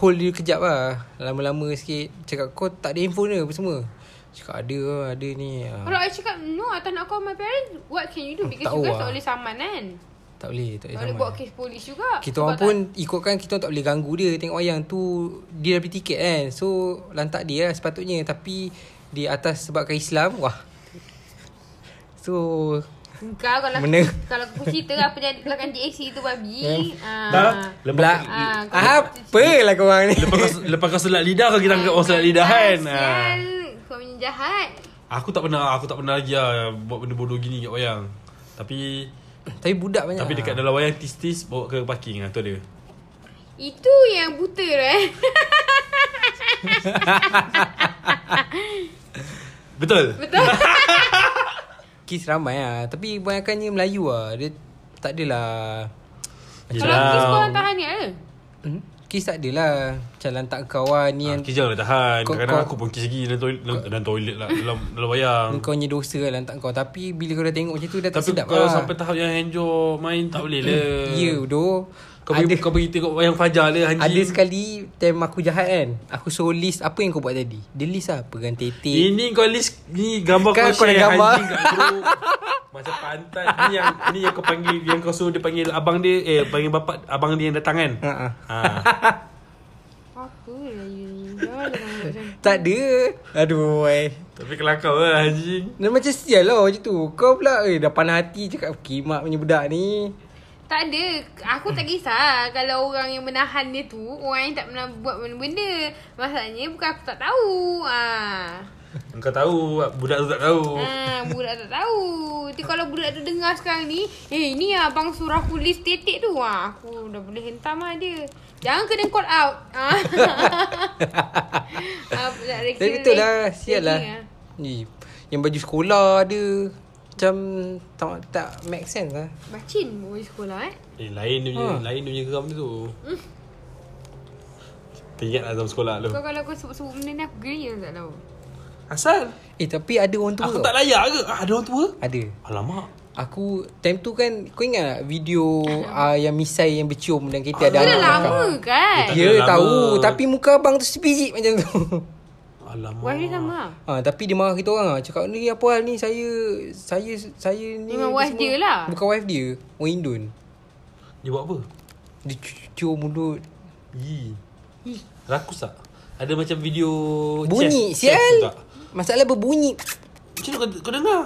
S2: Hold dia kejap lah Lama-lama sikit Cakap kau tak ada handphone ke apa semua Cakap ada lah ada ni ah.
S1: Kalau I cakap no, I tak nak call my parents, what can you do?
S2: Hmm,
S1: Because
S2: tak
S1: you guys
S2: tahu
S1: tak
S2: lah.
S1: boleh saman kan?
S2: Tak boleh Tak
S1: Tak
S2: boleh
S1: boleh
S2: sama
S1: buat kes polis juga.
S2: Kita
S1: Sebab
S2: orang
S1: tak-
S2: pun Ikutkan kita orang tak boleh ganggu dia Tengok wayang tu Dia dah beli tiket kan So lantak dia lah sepatutnya Tapi Di atas sebabkan Islam Wah So
S1: Engkau kalau
S2: Mana?
S1: kalau aku cerita apa jadi belakang DXC tu babi. Ah.
S3: Dah lah.
S2: Belak
S1: Ah, kau-
S2: Apalah korang ni
S3: Lepas kau, lepas kau selak lidah Kau kita angkat orang selak lidah kan
S1: Sial,
S3: Ah.
S1: Kau punya jahat
S3: Aku tak pernah Aku tak pernah lagi lah Buat benda bodoh gini kat wayang Tapi
S2: Tapi budak banyak
S3: Tapi dekat
S2: lah.
S3: dalam wayang Tis-tis bawa ke parking lah Tu ada
S1: Itu yang buta tu eh
S3: Betul
S1: Betul?
S2: Kes ramai lah Tapi kebanyakannya Melayu lah Dia tak adalah
S1: Kalau pergi sekolah tahan ni ke?
S2: hmm? Kes tak adalah Macam lantak kau lah Ni
S3: Ah,
S2: yang
S3: Kis janganlah tahan
S2: Kau-
S3: Kadang-kadang
S2: kau-
S3: aku pun kis lagi Dalam toilet, dalam, dalam toilet lah Dalam, dalam wayang
S2: Kau punya dosa lah lantak kau Tapi bila kau dah tengok macam tu Dah tak
S3: Tapi
S2: sedap
S3: kalau
S2: lah
S3: sampai tahap yang enjoy Main tak boleh lah
S2: Ya doh
S3: Kau pergi,
S2: ada,
S3: kau pergi tengok wayang Fajar lah Haji
S2: ada sekali Time aku jahat kan Aku suruh list Apa yang kau buat tadi Dia list lah Pegang tetek
S3: Ini kau list Ni gambar
S2: Kan
S3: kau
S2: aku ada
S3: share
S2: gambar.
S3: Haji kat group Macam pantat Ni yang ni yang kau panggil Yang kau suruh dia panggil abang dia Eh panggil bapak Abang dia yang datang kan
S2: Ha ah.
S3: ha.
S1: Apa lah you ni Jangan lah tanggut macam
S2: Tak ada Aduh eh
S3: Tapi kelakau lah Haji
S2: Dia macam sial lah macam tu Kau pula eh, Dah panah hati cakap Kimak punya budak ni
S1: Tak ada Aku tak kisah Kalau orang yang menahan dia tu Orang yang tak pernah buat benda-benda Masalahnya bukan aku tak tahu ah.
S3: Kau tahu Budak tu tak tahu
S1: Ha, budak tak tahu Nanti kalau budak tu dengar sekarang ni Eh ni lah abang surah aku list titik tu ha, Aku dah boleh hentam lah dia Jangan kena call out ha. ha,
S2: Tapi betul lah Sial lah
S1: ah. ya.
S2: Ni, Yang baju sekolah ada Macam Tak, tak make sense lah
S1: Bacin boleh sekolah eh
S3: Eh lain dia punya
S2: Ha.
S3: Lain dia punya geram dia tu
S2: Hmm.
S3: Teringat lah dalam sekolah tu
S1: Kau kalau kau sebut-sebut benda ni aku geria tak tahu
S3: Asal
S2: Eh tapi ada orang tua
S3: Aku
S2: tau.
S3: tak layak ke ah, Ada orang tua
S2: Ada
S3: Alamak
S2: Aku Time tu kan Kau ingat tak Video uh, Yang misai yang bercium Dan kita
S1: Ah, Dah
S2: ada anak
S1: lama
S2: belakang
S1: kan
S2: Ya
S3: Eh, Dah lama.
S2: tahu Tapi muka abang tu sebijik macam tu
S3: Alamak
S1: Wife dia sama lah
S2: Ha, tapi dia marah kita orang lah Cakap ni apa hal ni Saya Saya saya ni
S1: Memang
S2: apa
S1: wife
S2: semua."
S1: dia lah.
S2: Bukan wife dia Orang Indon
S3: Dia buat apa
S2: Dia cu- cium mulut
S3: Yi. Rakus tak? Ada macam video
S2: Bunyi
S3: chest,
S2: sial
S3: chest tu tak?
S2: Masalah berbunyi
S3: Macam mana kau, kau dengar?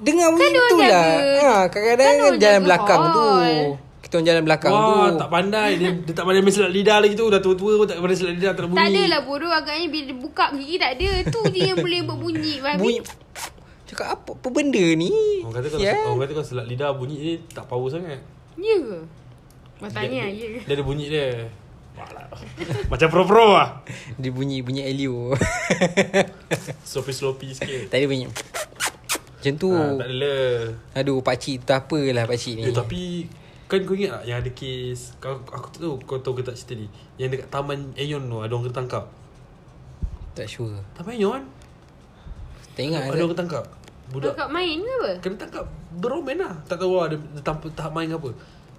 S2: Dengar bunyi
S1: Kan orang
S2: tu lah
S1: jaga.
S2: ha, Kadang-kadang
S1: Kan
S2: kan
S1: orang
S2: jalan
S1: jaga
S2: belakang tu
S1: hall.
S2: Kita orang jalan belakang
S3: Wah,
S2: tu
S3: tak pandai. Dia, dia tak pandai main selap lidah lagi tu. Dah tua-tua pun tak pandai selap lidah. Tak ada bunyi.
S1: Tak ada lah bodoh agaknya bila dia buka gigi tak ada Tu je yang boleh buat bunyi
S2: Bunyi
S1: Bunyi
S2: Cakap apa, apa benda ni
S3: Orang kata, kalau, "Oh."
S2: Sial.
S3: orang kata kalau selap lidah bunyi dia tak power sangat.
S1: Ya ke? Matanya
S3: dia,
S1: ya ke?
S3: dia ada bunyi dia. Walah. Macam pro-pro lah.
S2: Dia bunyi Bunyi Elio
S3: Sloppy-sloppy sikit.
S2: Tak ada bunyi Macam tu
S3: Ha, tak ada lah.
S2: Aduh pakcik tak apalah pakcik ni
S3: Eh, tapi kan kau ingat tak yang ada kes kau, aku tak tahu kau tahu ke tak cerita ni yang dekat taman Aeon tu ada orang kena tangkap
S2: Tak sure lah,
S3: taman Aeon
S2: Tak ingat
S3: ada
S2: Azad.
S3: orang ketangkap budak
S1: Budak main ke apa?
S3: Kena tangkap Beromen lah Tak tahu lah Dia, dia tanpa, tahap main ke apa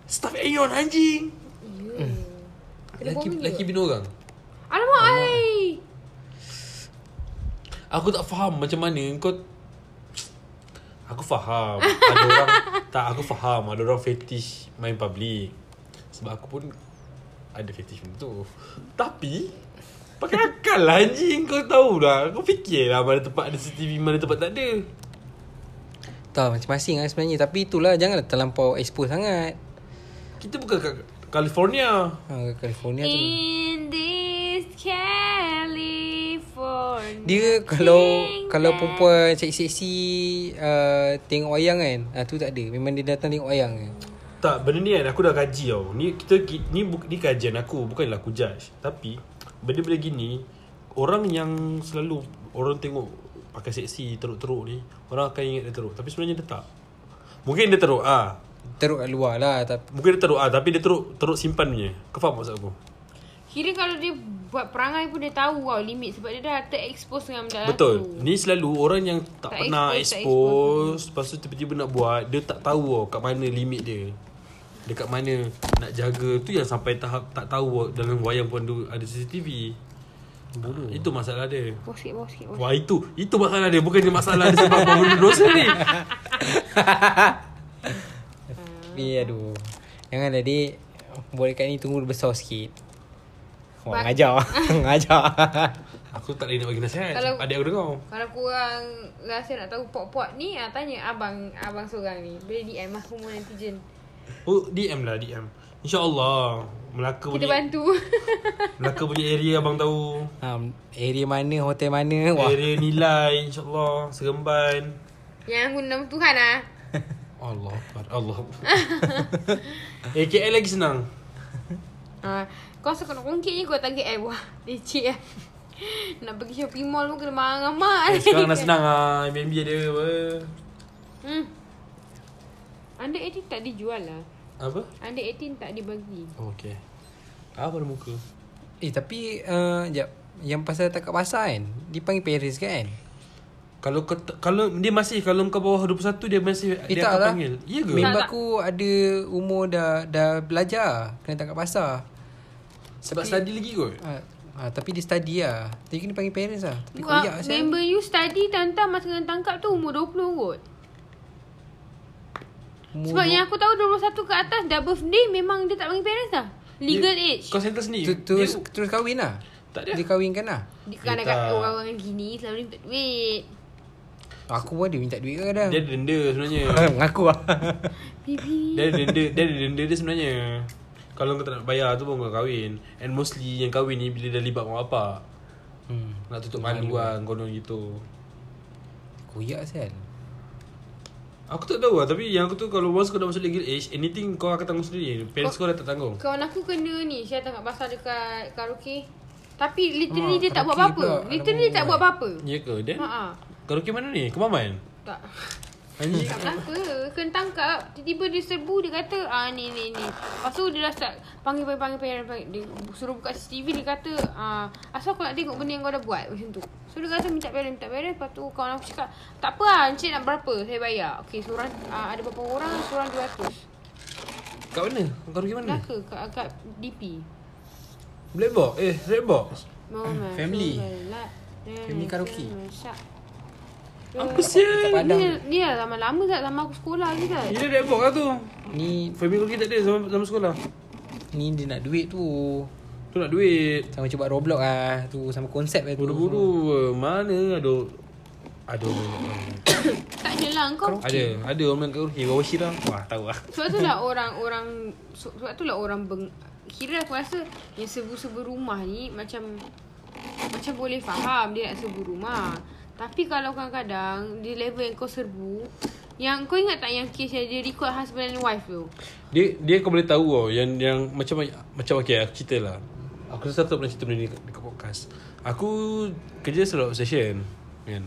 S3: Staff Aeon anjing
S1: Hmm. Kena
S3: Laki,
S1: bomen
S3: laki
S1: juga.
S3: bina orang
S1: Alamak ai.
S3: Aku tak faham Macam mana kau Aku faham Ada orang Tak aku faham Ada orang fetish Main public Sebab aku pun Ada fetish macam tu Tapi Pakai akal lah anjing Kau tahu lah Kau fikir lah Mana tempat ada CCTV Mana tempat tak ada
S2: Tak masing-masing lah sebenarnya Tapi itulah Janganlah terlampau expose sangat
S3: Kita bukan kat California
S2: ha, California tu
S1: Eh, In this California.
S2: Dia kalau
S1: thing
S2: kalau
S1: that-
S2: perempuan seksi-seksi uh, tengok wayang kan. Ah tu tak ada. Memang dia datang tengok wayang je.
S3: Tak, benda ni kan aku dah kaji tau. Ni kita ki- ni bu- ni kajian aku, bukanlah aku judge. Tapi benda-benda gini orang yang selalu orang tengok pakai seksi teruk-teruk ni, orang akan ingat dia teruk. Tapi sebenarnya dia tak. Mungkin dia teruk ah.
S2: Teruk kat luar lah tapi
S3: Mungkin dia teruk ah, tapi dia teruk teruk simpan punya. Kau faham maksud aku?
S1: Kira kalau dia buat perangai pun dia tahu tau limit sebab dia dah terexpose dengan benda
S3: Betul. Ni selalu orang yang tak,
S1: Tak
S3: pernah
S1: expose, tak
S3: expose, lepas tu tiba-tiba nak buat, dia tak tahu tau kat mana limit dia. Dekat mana nak jaga tu yang sampai tahap tak tahu tau dalam wayang pun ada- ada CCTV. Bodoh. Itu masalah dia.
S1: Bos sikit, bos sikit, bos.
S3: Wah itu Itu masalah dia Bukannya masalah dia Sebab buat benda dosa ni
S2: tapi Eh, aduh. Janganlah dik. Buat dekat ni tunggu dia besar sikit. Wah,
S1: Bak-
S2: ngajar. ngajar.
S3: Aku tak boleh nak bagi nasihat
S1: Kalau-
S3: Adik aku dengar
S1: Kalau korang rasa nak tahu pok-pok ni ah, Tanya abang abang seorang ni Boleh DM aku semua netizen
S3: Oh DM lah DM InsyaAllah Melaka
S1: Kita
S3: punya
S1: bantu
S3: Melaka punya area abang tahu.
S2: um, Area mana Hotel mana Wah
S3: Area nilai insyaAllah. Seremban.
S1: Yang guna nama Tuhan lah
S3: Allah Akbar, Allah Eh KL lagi senang
S1: ha, Kau rasa kena rongkit je kau tak KL Wah leceh lah Nak pergi shopping mall pun kena marah
S3: eh,
S1: amat
S3: Sekarang dah senang lah Airbnb ada apa
S1: hmm. Under 18 tak dijual lah
S3: Apa?
S1: Under 18 tak dibagi
S3: Oh, okay Apa ada muka?
S2: Eh tapi uh, Sekejap Yang pasal tak kat pasar kan Dipanggil parents kan
S3: Kalau kau tak- kalau dia masih kalau kau bawah 21 dia masih
S2: Eh,
S3: dia
S2: tak
S3: akan
S2: lah.
S3: panggil. Ya ke?
S1: Mem-
S2: Member
S1: Tak, tak.
S2: aku ada Umur dah Dah belajar Kena tak kat pasar
S3: Sebab study lagi kot.
S2: uh, uh, Tapi dia study lah Tapi kena panggil parents lah Tapi
S1: Wah,
S2: koyak saya
S1: Member you study Tantang masa kena tangkap tu Umur 20 kot Sebab yang aku tahu 21 ke atas Dah birthday Memang dia tak panggil parents dah Legal
S3: Dia-
S1: age
S3: Kau center sendiri.
S2: tu, Terus terus kahwin lah
S3: Tak ada.
S2: Dia kahwinkan lah
S1: Dia kan
S3: Dia tak.
S1: agak orang-orang gini Selalu minta duit
S2: Aku pun ada minta duit kadang
S3: dia ada denda sebenarnya.
S2: Mengaku lah
S1: Bibi
S3: dia ada denda, dia ada denda dia sebenarnya. Kalau kau tak nak bayar tu pun kau kahwin. And mostly yang kahwin ni bila dah libat mak bapak.
S2: hmm.
S3: Nak tutup malu lah konon gitu.
S2: Koyak sel
S3: Aku tak tahu lah Tapi yang aku tu Kalau once kau dah masuk legal age Anything kau akan tanggung sendiri Parents kau dah tak tanggung
S1: Kawan aku kena ni Saya tangkap basah dekat karaoke Tapi literally
S2: Ha,
S1: dia tak buat
S2: karaoke
S1: apa-apa
S2: pula.
S1: Literally dia tak buat apa-apa
S3: Ya ke Then
S1: Ha ah.
S3: Karaoke mana ni Kemaman
S1: Tak
S3: Anjing
S1: Tak kenapa Kena tangkap Tiba-tiba dia serbu Dia kata ah ni ni ni Lepas tu dia dah start Panggil-panggil parent panggil, Dia suruh buka CCTV Dia kata ah, Asal kau nak tengok benda yang kau dah buat Macam tu So dia kata minta parent Minta parent Lepas tu kawan aku cakap Tak apa lah Encik nak berapa Saya bayar Okay seorang ah, Ada berapa orang Seorang 200
S3: Kat mana Karaoke
S2: Hmm.
S3: mana
S1: Melaka kat, kat DP
S3: Black box Eh red box
S1: Moment
S2: Family.
S1: Family
S2: Family karaoke.
S3: Apa sial
S2: Padang.
S1: Eh, Dia, dia lama-lama tak Lama aku sekolah je tak
S2: Ya.
S3: Ini red box lah tu
S2: Ni
S3: Family karaoke tak ada Zaman, zaman sekolah
S2: Ni dia nak duit tu
S3: Tu nak duit
S2: Sama cuba Roblox lah Tu sama konsep lah tu
S3: Buru-buru Mana ada Ada orang nak main.
S1: Tak jelah kau
S3: Ada Ada orang main karaoke Bawa Syirah Wah tahu lah
S1: Sebab tu lah orang-orang so- Sebab tu lah orang beng, Kira aku rasa Yang serbu-serbu rumah ni Macam Macam boleh faham Dia nak serbu rumah Tapi kalau kadang-kadang Di level yang kau serbu Yang kau ingat tak Yang kes yang dia record Husband and wife tu
S3: Dia dia kau boleh tahu tau yang yang macam macam okey aku cerita lah. Aku rasa aku tak pernah cerita benda ni dekat, dekat podcast. Aku kerja selalu obsession kan.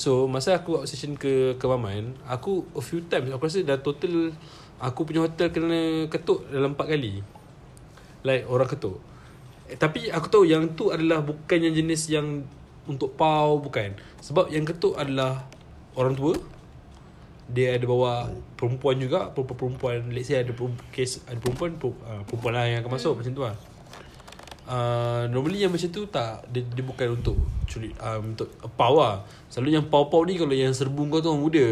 S3: So masa aku obsession ke ke Maman, aku a few times aku rasa dah total aku punya hotel kena ketuk dalam 4 kali. Like orang ketuk. Eh, tapi aku tahu yang tu adalah bukan yang jenis yang untuk pau bukan. Sebab yang ketuk adalah orang tua dia ada bawa perempuan juga perempuan-perempuan let's say ada perempuan, kes ada perempuan per- ah, perempuan lah yang akan masuk hmm. macam tu lah uh, normally yang macam tu tak dia, dia bukan untuk culik um, untuk pau lah selalu yang pau-pau ni kalau yang serbu kau tu orang muda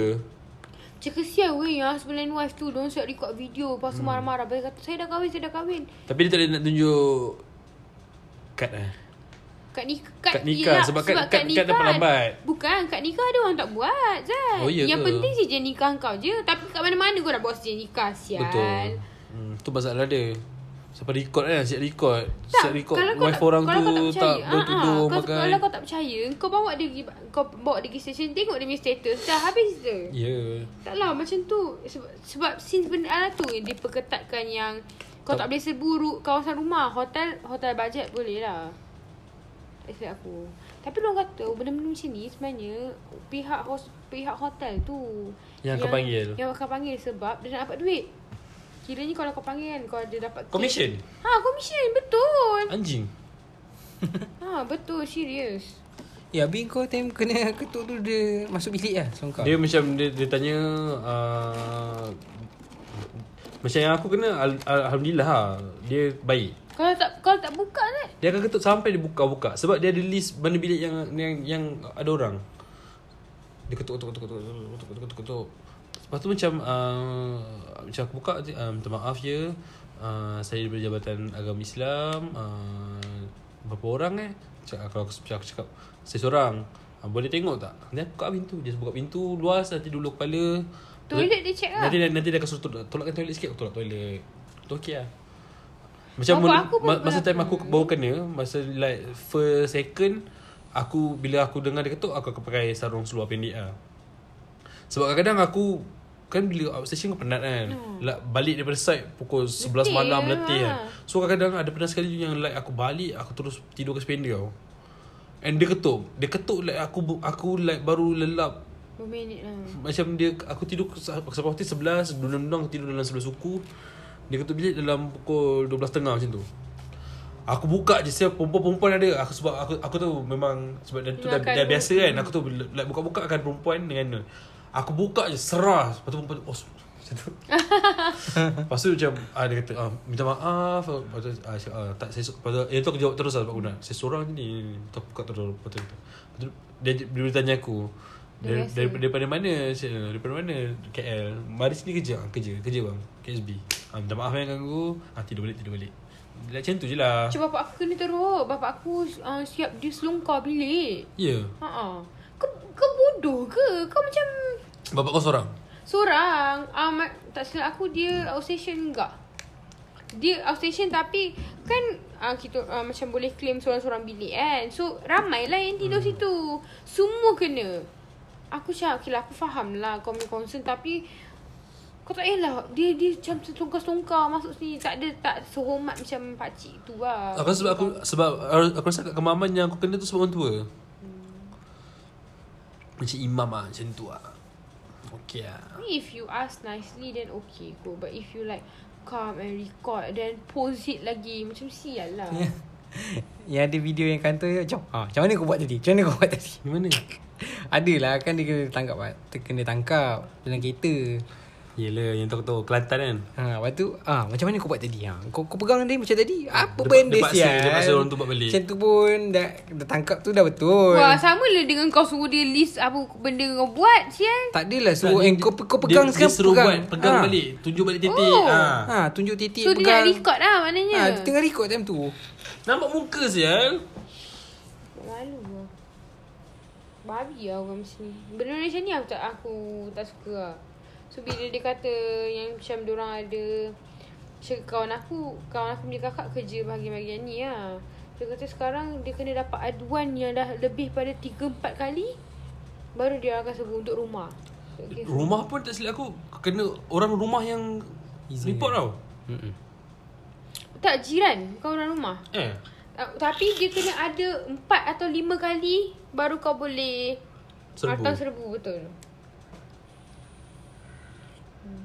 S1: Cik kesian weh Yang husband and wife tu Diorang siap record video Lepas tu marah-marah Lepas dia kata Saya dah kahwin Saya dah kahwin
S3: tapi dia tak ada nak tunjuk kad lah
S1: Kat, ni, kat,
S3: Kat nikah,
S1: ialah-
S3: sebab kat- kat- kat dah terlambat.
S1: Bukan Kat nikah ada orang tak buat Zat
S3: Oh, ya
S1: Yang
S3: ke?
S1: penting sejen nikah kau je Tapi kat mana-mana kau nak buat sejen nikah Sial
S3: betul hmm, tu masalah dia Siapa record kan Siap record
S1: tak,
S3: Siap record
S1: kalau kau
S3: Wife
S1: tak,
S3: orang
S1: kalau
S3: tu
S1: kau
S3: Tak
S1: percaya, ah,
S3: bertudur
S1: ah,
S3: makan
S1: kau, Kalau kau tak percaya Kau bawa dia pergi Kau bawa dia pergi station Tengok dia punya status Dah habis je
S3: Ya yeah.
S1: Taklah lah, macam tu sebab, sebab since benda ala tu Dia perketatkan yang Kau tak, tak boleh serbu ru- kawasan rumah Hotel hotel bajet boleh lah Tak silap aku Tapi orang kata oh, benda-benda macam ni sebenarnya Pihak hos, pihak hotel tu
S3: Yang akan panggil.
S1: Yang akan panggil sebab dia nak dapat duit Kiranya kalau kau panggil kan Kau ada dapat kes-
S3: Commission?
S1: Ha commission betul
S3: Anjing
S1: Ha betul serius
S2: Ya habis kau time kena ketuk tu Dia masuk bilik lah So kau
S3: Dia macam dia, dia tanya uh, Macam yang aku kena al- al- Alhamdulillah ha, Dia baik
S1: Kalau tak kalau tak buka kan
S3: Dia akan ketuk sampai dia buka-buka Sebab dia ada list mana bilik yang yang, yang ada orang Dia ketuk ketuk ketuk ketuk ketuk ketuk ketuk, ketuk, ketuk. Lepas tu macam uh, Macam aku buka uh, Minta maaf ya uh, Saya daripada Jabatan Agama Islam uh, Berapa orang eh Cak, Kalau aku, aku cakap Saya seorang uh, Boleh tengok tak Dia buka pintu Dia buka pintu luas Nanti dulu kepala
S1: Toilet dia check lah.
S3: Nanti, nanti dia akan suruh tolak, tolakkan toilet sikit Aku tolak toilet Tu okey lah Macam
S1: Mabuk
S3: mula-
S1: aku pun
S3: ma- masa
S1: berlaku.
S3: time aku baru kena Masa like first second Aku bila aku dengar dia ketuk Aku akan pakai sarung seluar pendek lah Sebab kadang-kadang aku Kan bila outstation kau penat kan hmm. Balik daripada site pukul 11
S1: Letih
S3: malam
S1: lah.
S3: letih kan So kadang-kadang ada pernah sekali yang like aku balik Aku terus tidur ke spender tau And dia ketuk Dia ketuk like aku bu- aku like baru lelap
S1: Berminit lah
S3: macam dia aku tidur pasal waktu 11 Dundang-dundang aku tidur dalam sebelah suku Dia ketuk bilik dalam pukul 12.30 macam tu Aku buka je siap perempuan-perempuan ada aku sebab aku aku tu memang sebab dah, tu dah,
S1: Makan
S3: dah
S1: dulu.
S3: biasa kan aku tu like, buka-buka kan perempuan dengan aku buka je serah lepas tu perempuan tu oh macam tu lepas tu macam ah, dia kata ah, minta maaf lepas tu ah, saya, ah, tak saya lepas tu, eh, tu aku jawab terus lah sebab aku nak saya seorang je ni lepas tu aku buka terus lepas tu, lepas tu dia, dia, dia tanya aku
S1: Dia
S3: dari,
S1: rasa.
S3: daripada, daripada mana Cik? Daripada mana KL Mari sini kerja Ah, Kerja Kerja bang KSB ha, Minta maaf yang ganggu ha, Tidur balik Tidur balik Like, Macam tu je lah
S1: Macam bapak aku kena teruk Bapak aku uh, siap dia selongkar bilik
S3: Ya yeah.
S1: Haa kau, kau bodoh ke? Kau macam
S3: Bapak kau seorang
S1: Seorang uh, ma- Tak silap aku dia outstation enggak Dia outstation tapi Kan uh, kita uh, macam boleh claim seorang-seorang bilik kan So ramai lah yang tidur hmm. situ Semua kena Aku cakap okay lah aku faham lah kau punya concern tapi Kau tak payahlah Dia dia macam selongkar-selongkar masuk sini Tak ada tak sehormat macam pakcik tu lah
S3: Aku rasa sebab aku sebab aku rasa kat kemaman yang aku kena tu sebab orang tua. Macam imam ah macam tu ah. Okey ah.
S1: I mean, If you ask nicely then okay go But if you like come and record then post it lagi Macam sial lah yeah.
S2: Yang ada video yang kantor dia Macam ha, Macam mana kau buat tadi Macam mana kau buat tadi
S3: Gimana?
S2: Adalah kan dia kena tangkap Pak. Dia Kena tangkap Dalam kereta
S3: Yelah yang tu tu Kelantan kan.
S2: Ha, lepas tu ah, Macam mana kau buat tadi ha? kau, kau pegang dia macam tadi Apa
S3: Dia-
S2: benda
S3: dia paksa-
S2: sial
S3: dia paksa orang tu buat balik.
S2: Macam tu pun Dah, dah tangkap tu dah betul
S1: Wah sama lah dengan kau suruh dia list Apa benda kau buat sial
S2: Tak adalah suruh eh, kau, kau pegang
S3: dia,
S2: sekarang
S3: dia suruh
S2: pegang
S3: buat pegang
S2: Ha.
S3: balik, tunjuk balik titik.
S1: Oh.
S3: Ah.
S2: Ha, tunjuk titik
S1: So dia
S2: pegang
S1: nak record lah maknanya
S2: ha, Dia tengah record time tu
S3: Nampak muka sial.
S1: Malu lah Babi lah orang macam ni Benda macam ni aku tak, aku tak suka lah So bila dia kata yang macam diorang ada Macam kawan aku Kawan aku punya kakak kerja bahagian-bahagian ni lah Dia kata sekarang dia kena dapat aduan yang dah lebih pada 3-4 kali Baru dia akan sebut untuk rumah okay.
S3: Rumah pun tak silap aku kena orang rumah yang
S2: Izin.
S3: report tau.
S2: Mm-mm.
S1: Tak jiran Kau orang rumah
S3: Eh.
S1: Uh, tapi dia kena ada empat atau lima kali baru kau boleh
S3: Serbu.
S1: atau serbu betul. Hmm.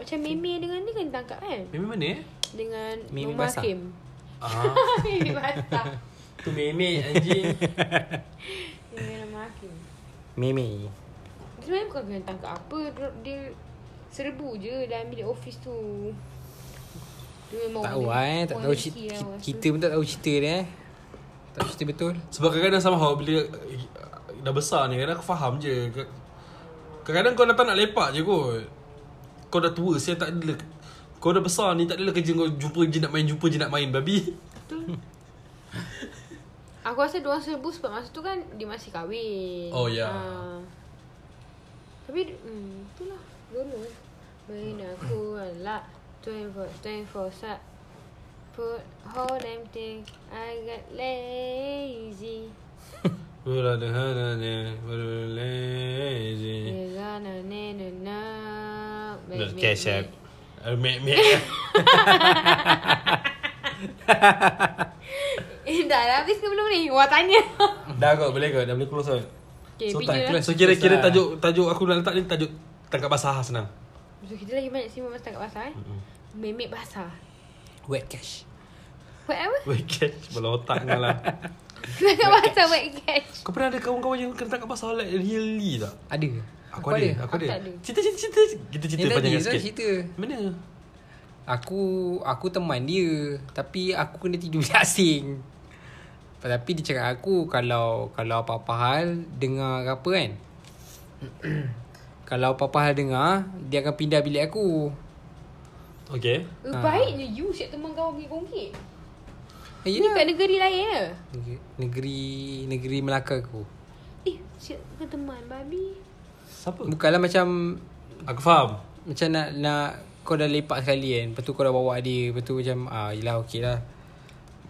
S1: Macam meme dengan ni kena tangkap kan?
S3: Memang mana eh?
S1: Dengan
S2: Meme
S1: Noma
S2: basah.
S1: Kim.
S3: Ah.
S1: meme basah.
S3: tu memek anjing.
S1: Dengan Noma Kim.
S2: Meme
S1: Dia Sebenarnya bukan kena tangkap apa. Dia- Dia serbu je dalam bilik office tu. Dia memang
S2: Tak tahu
S1: orang-
S2: lah eh Tak
S1: orang
S2: tahu
S1: dengki
S2: cerita
S1: lah orang
S2: Kita
S1: tu.
S2: pun tak tahu cerita dia eh Tak tahu cerita betul
S3: Sebab kadang-kadang sama hal bila eh, dah besar ni kadang aku faham je. Ka- Kadang-kadang kau datang nak lepak je kot. Kau dah tua, saya tak ada le- kau dah besar ni tak adalah kerja kau jumpa je nak main jumpa je nak main babi.
S1: Aku rasa diorang serbu sebab masa tu kan dia masih kahwin.
S3: Oh, ya.
S1: Ah. Tapi hmm, itulah dulu. Main aku lah 24 24 sat. Put whole damn thing. I got lazy.
S3: Lazy.
S1: You gonna need to know.
S3: Not
S1: Make me-
S3: cash up. Uh, Mek mek.
S1: Eh dah dah habis ke belum ni? Wah tanya.
S3: Dah kot boleh kot dah boleh close out.
S1: Okay,
S3: so,
S1: pinggir
S3: tak,
S1: lah.
S3: so
S2: Close
S3: kira-kira
S2: lah.
S3: tajuk tajuk aku nak letak ni tajuk tangkap basah senang.
S1: So kita lagi banyak sibuk masa tangkap basah eh. Memek basah.
S2: Wet cash
S1: Whatever.
S3: Wet catch bola otak kau lah.
S1: Tangkap basah wet catch.
S3: Kau pernah ada kawan-kawan yang kena tangkap basah like really tak?
S2: Ada
S3: Aku, aku ada, aku
S1: Aku
S3: ada.
S1: tak ada.
S3: Cerita cerita cerita kita cerita
S2: Yang tadi tu
S3: panjang sikit.
S2: cerita
S3: Mana?
S2: Aku Aku teman dia Tapi aku kena tidur bilik asing Tapi dia cakap aku Kalau Kalau apa-apa hal Dengar ke apa kan Kalau apa-apa hal dengar Dia akan pindah bilik aku
S1: Eh,
S3: Okay.
S1: Baiknya you siap teman kau pergi kongkit.
S2: Eh,
S1: Ini kat
S2: ya.
S1: negeri lain ya?
S2: Negeri Negeri Melaka aku
S1: Eh, siap bukan teman babi.
S3: Siapa?
S2: Bukanlah macam
S3: Aku faham.
S2: Macam nak Nak kau dah lepak sekali kan Lepas tu kau dah bawa dia Lepas tu macam ah, Yelah okey lah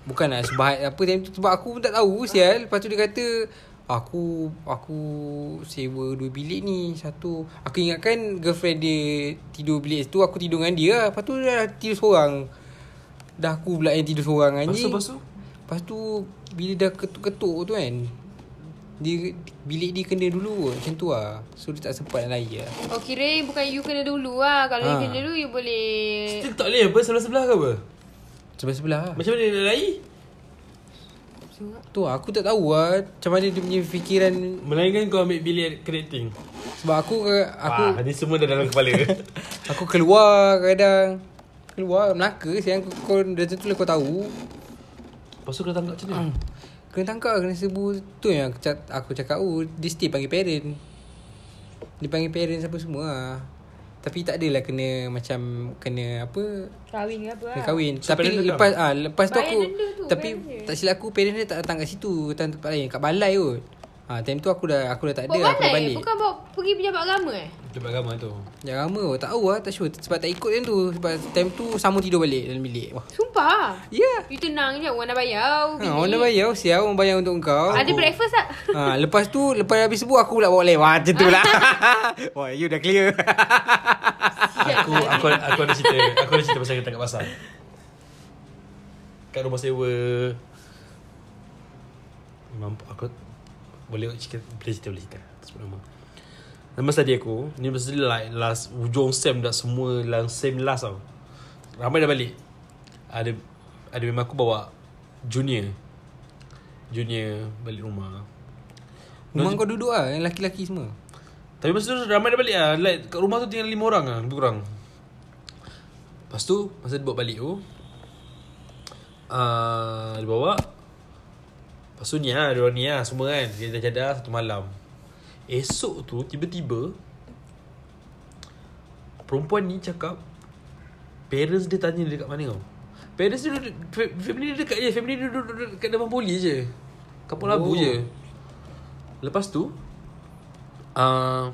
S2: Bukan nak sebahat apa time tu Sebab aku pun tak tahu sial Lepas tu dia kata Aku Aku Sewa dua bilik ni Satu Aku ingatkan Girlfriend dia Tidur bilik tu Aku tidur dengan dia lah Lepas tu dia dah tidur seorang Dah aku pula yang tidur seorang
S3: Lepas tu,
S2: anjing
S3: lepas tu?
S2: Lepas tu Bila dah ketuk-ketuk tu kan dia bilik dia kena dulu kot, macam tu lah so dia tak sempat nak lari lah
S1: Oh kira bukan you kena dulu lah Kalau ha. you
S2: Ha.
S1: kena dulu you boleh
S3: Kita tak boleh apa sebelah-sebelah ke apa?
S2: sebelah-sebelah lah
S3: Macam mana dia nak lari?
S2: tu lah, aku tak tahu lah macam mana dia punya fikiran
S3: Melainkan kau ambil bilik connecting.
S2: sebab aku eh, aku
S3: Wah, ni semua dah dalam kepala.
S2: Aku keluar kadang Keluar Melaka Sayang kau, kau dah tentu lah kau tahu
S3: Lepas tu kena tangkap macam mana?
S2: Kena tangkap kena serbu Tu yang aku, cak, aku cakap Oh dia still panggil parent Dia panggil parent apa semua lah. Tapi tak adalah kena macam Kena apa
S1: Kahwin ke apa
S2: Kena
S1: lah
S2: kahwin
S3: So,
S2: Tapi
S3: parent datang?
S2: lepas ah lepas tu
S1: Bayar
S2: aku
S1: denda tu,
S2: Tapi
S1: bayar denda.
S2: tak silap aku parent dia tak datang kat situ Datang tempat lain Kat balai kot Ah, time tu aku dah aku dah tak ada
S1: Buat
S2: aku dah
S1: pandai
S2: balik.
S1: Bukan bawa pergi pejabat agama eh
S3: Tempat agama tu.
S2: Jangan lama kot, tak tahu lah tak sure sebab tak ikut time tu sebab time tu sama tidur balik dalam bilik. Wah.
S1: Sumpah
S2: Ya. Yeah.
S1: You tenang je Orang dah bayar
S2: Ha, orang dah bayar sial orang bayar untuk kau.
S1: Ada breakfast tak?
S2: Ha, lepas tu lepas habis sebut aku pula bawa lain. Wah, macam tu lah. Wah, you dah clear.
S3: Aku aku aku ada cerita. Aku ada cerita pasal kita kat pasar. Kat rumah sewa. Mampu aku boleh cerita boleh cerita boleh cerita. Sebut nama. Nama tadi aku Ni mesti like last Ujung sem dah semua lang, Sem last tau Ramai dah balik Ada Ada memang aku bawa Junior Junior Balik rumah
S2: Memang kau duduk lah yang laki-laki semua.
S3: Tapi masa tu ramai dah balik lah like, Kat rumah tu tinggal lima orang lah Lebih kurang Lepas tu Masa dia bawa balik tu uh, Dia bawa Lepas tu ni lah Dia orang ni lah Semua kan Dia dah jadah satu malam Esok tu Tiba-tiba Perempuan ni cakap Parents dia tanya dia dekat mana tau Parents dia duduk- fa- Family dia dekat je Family dia duduk, duduk dekat depan poli je Kapal
S2: Oh.
S3: labu je Lepas tu uh,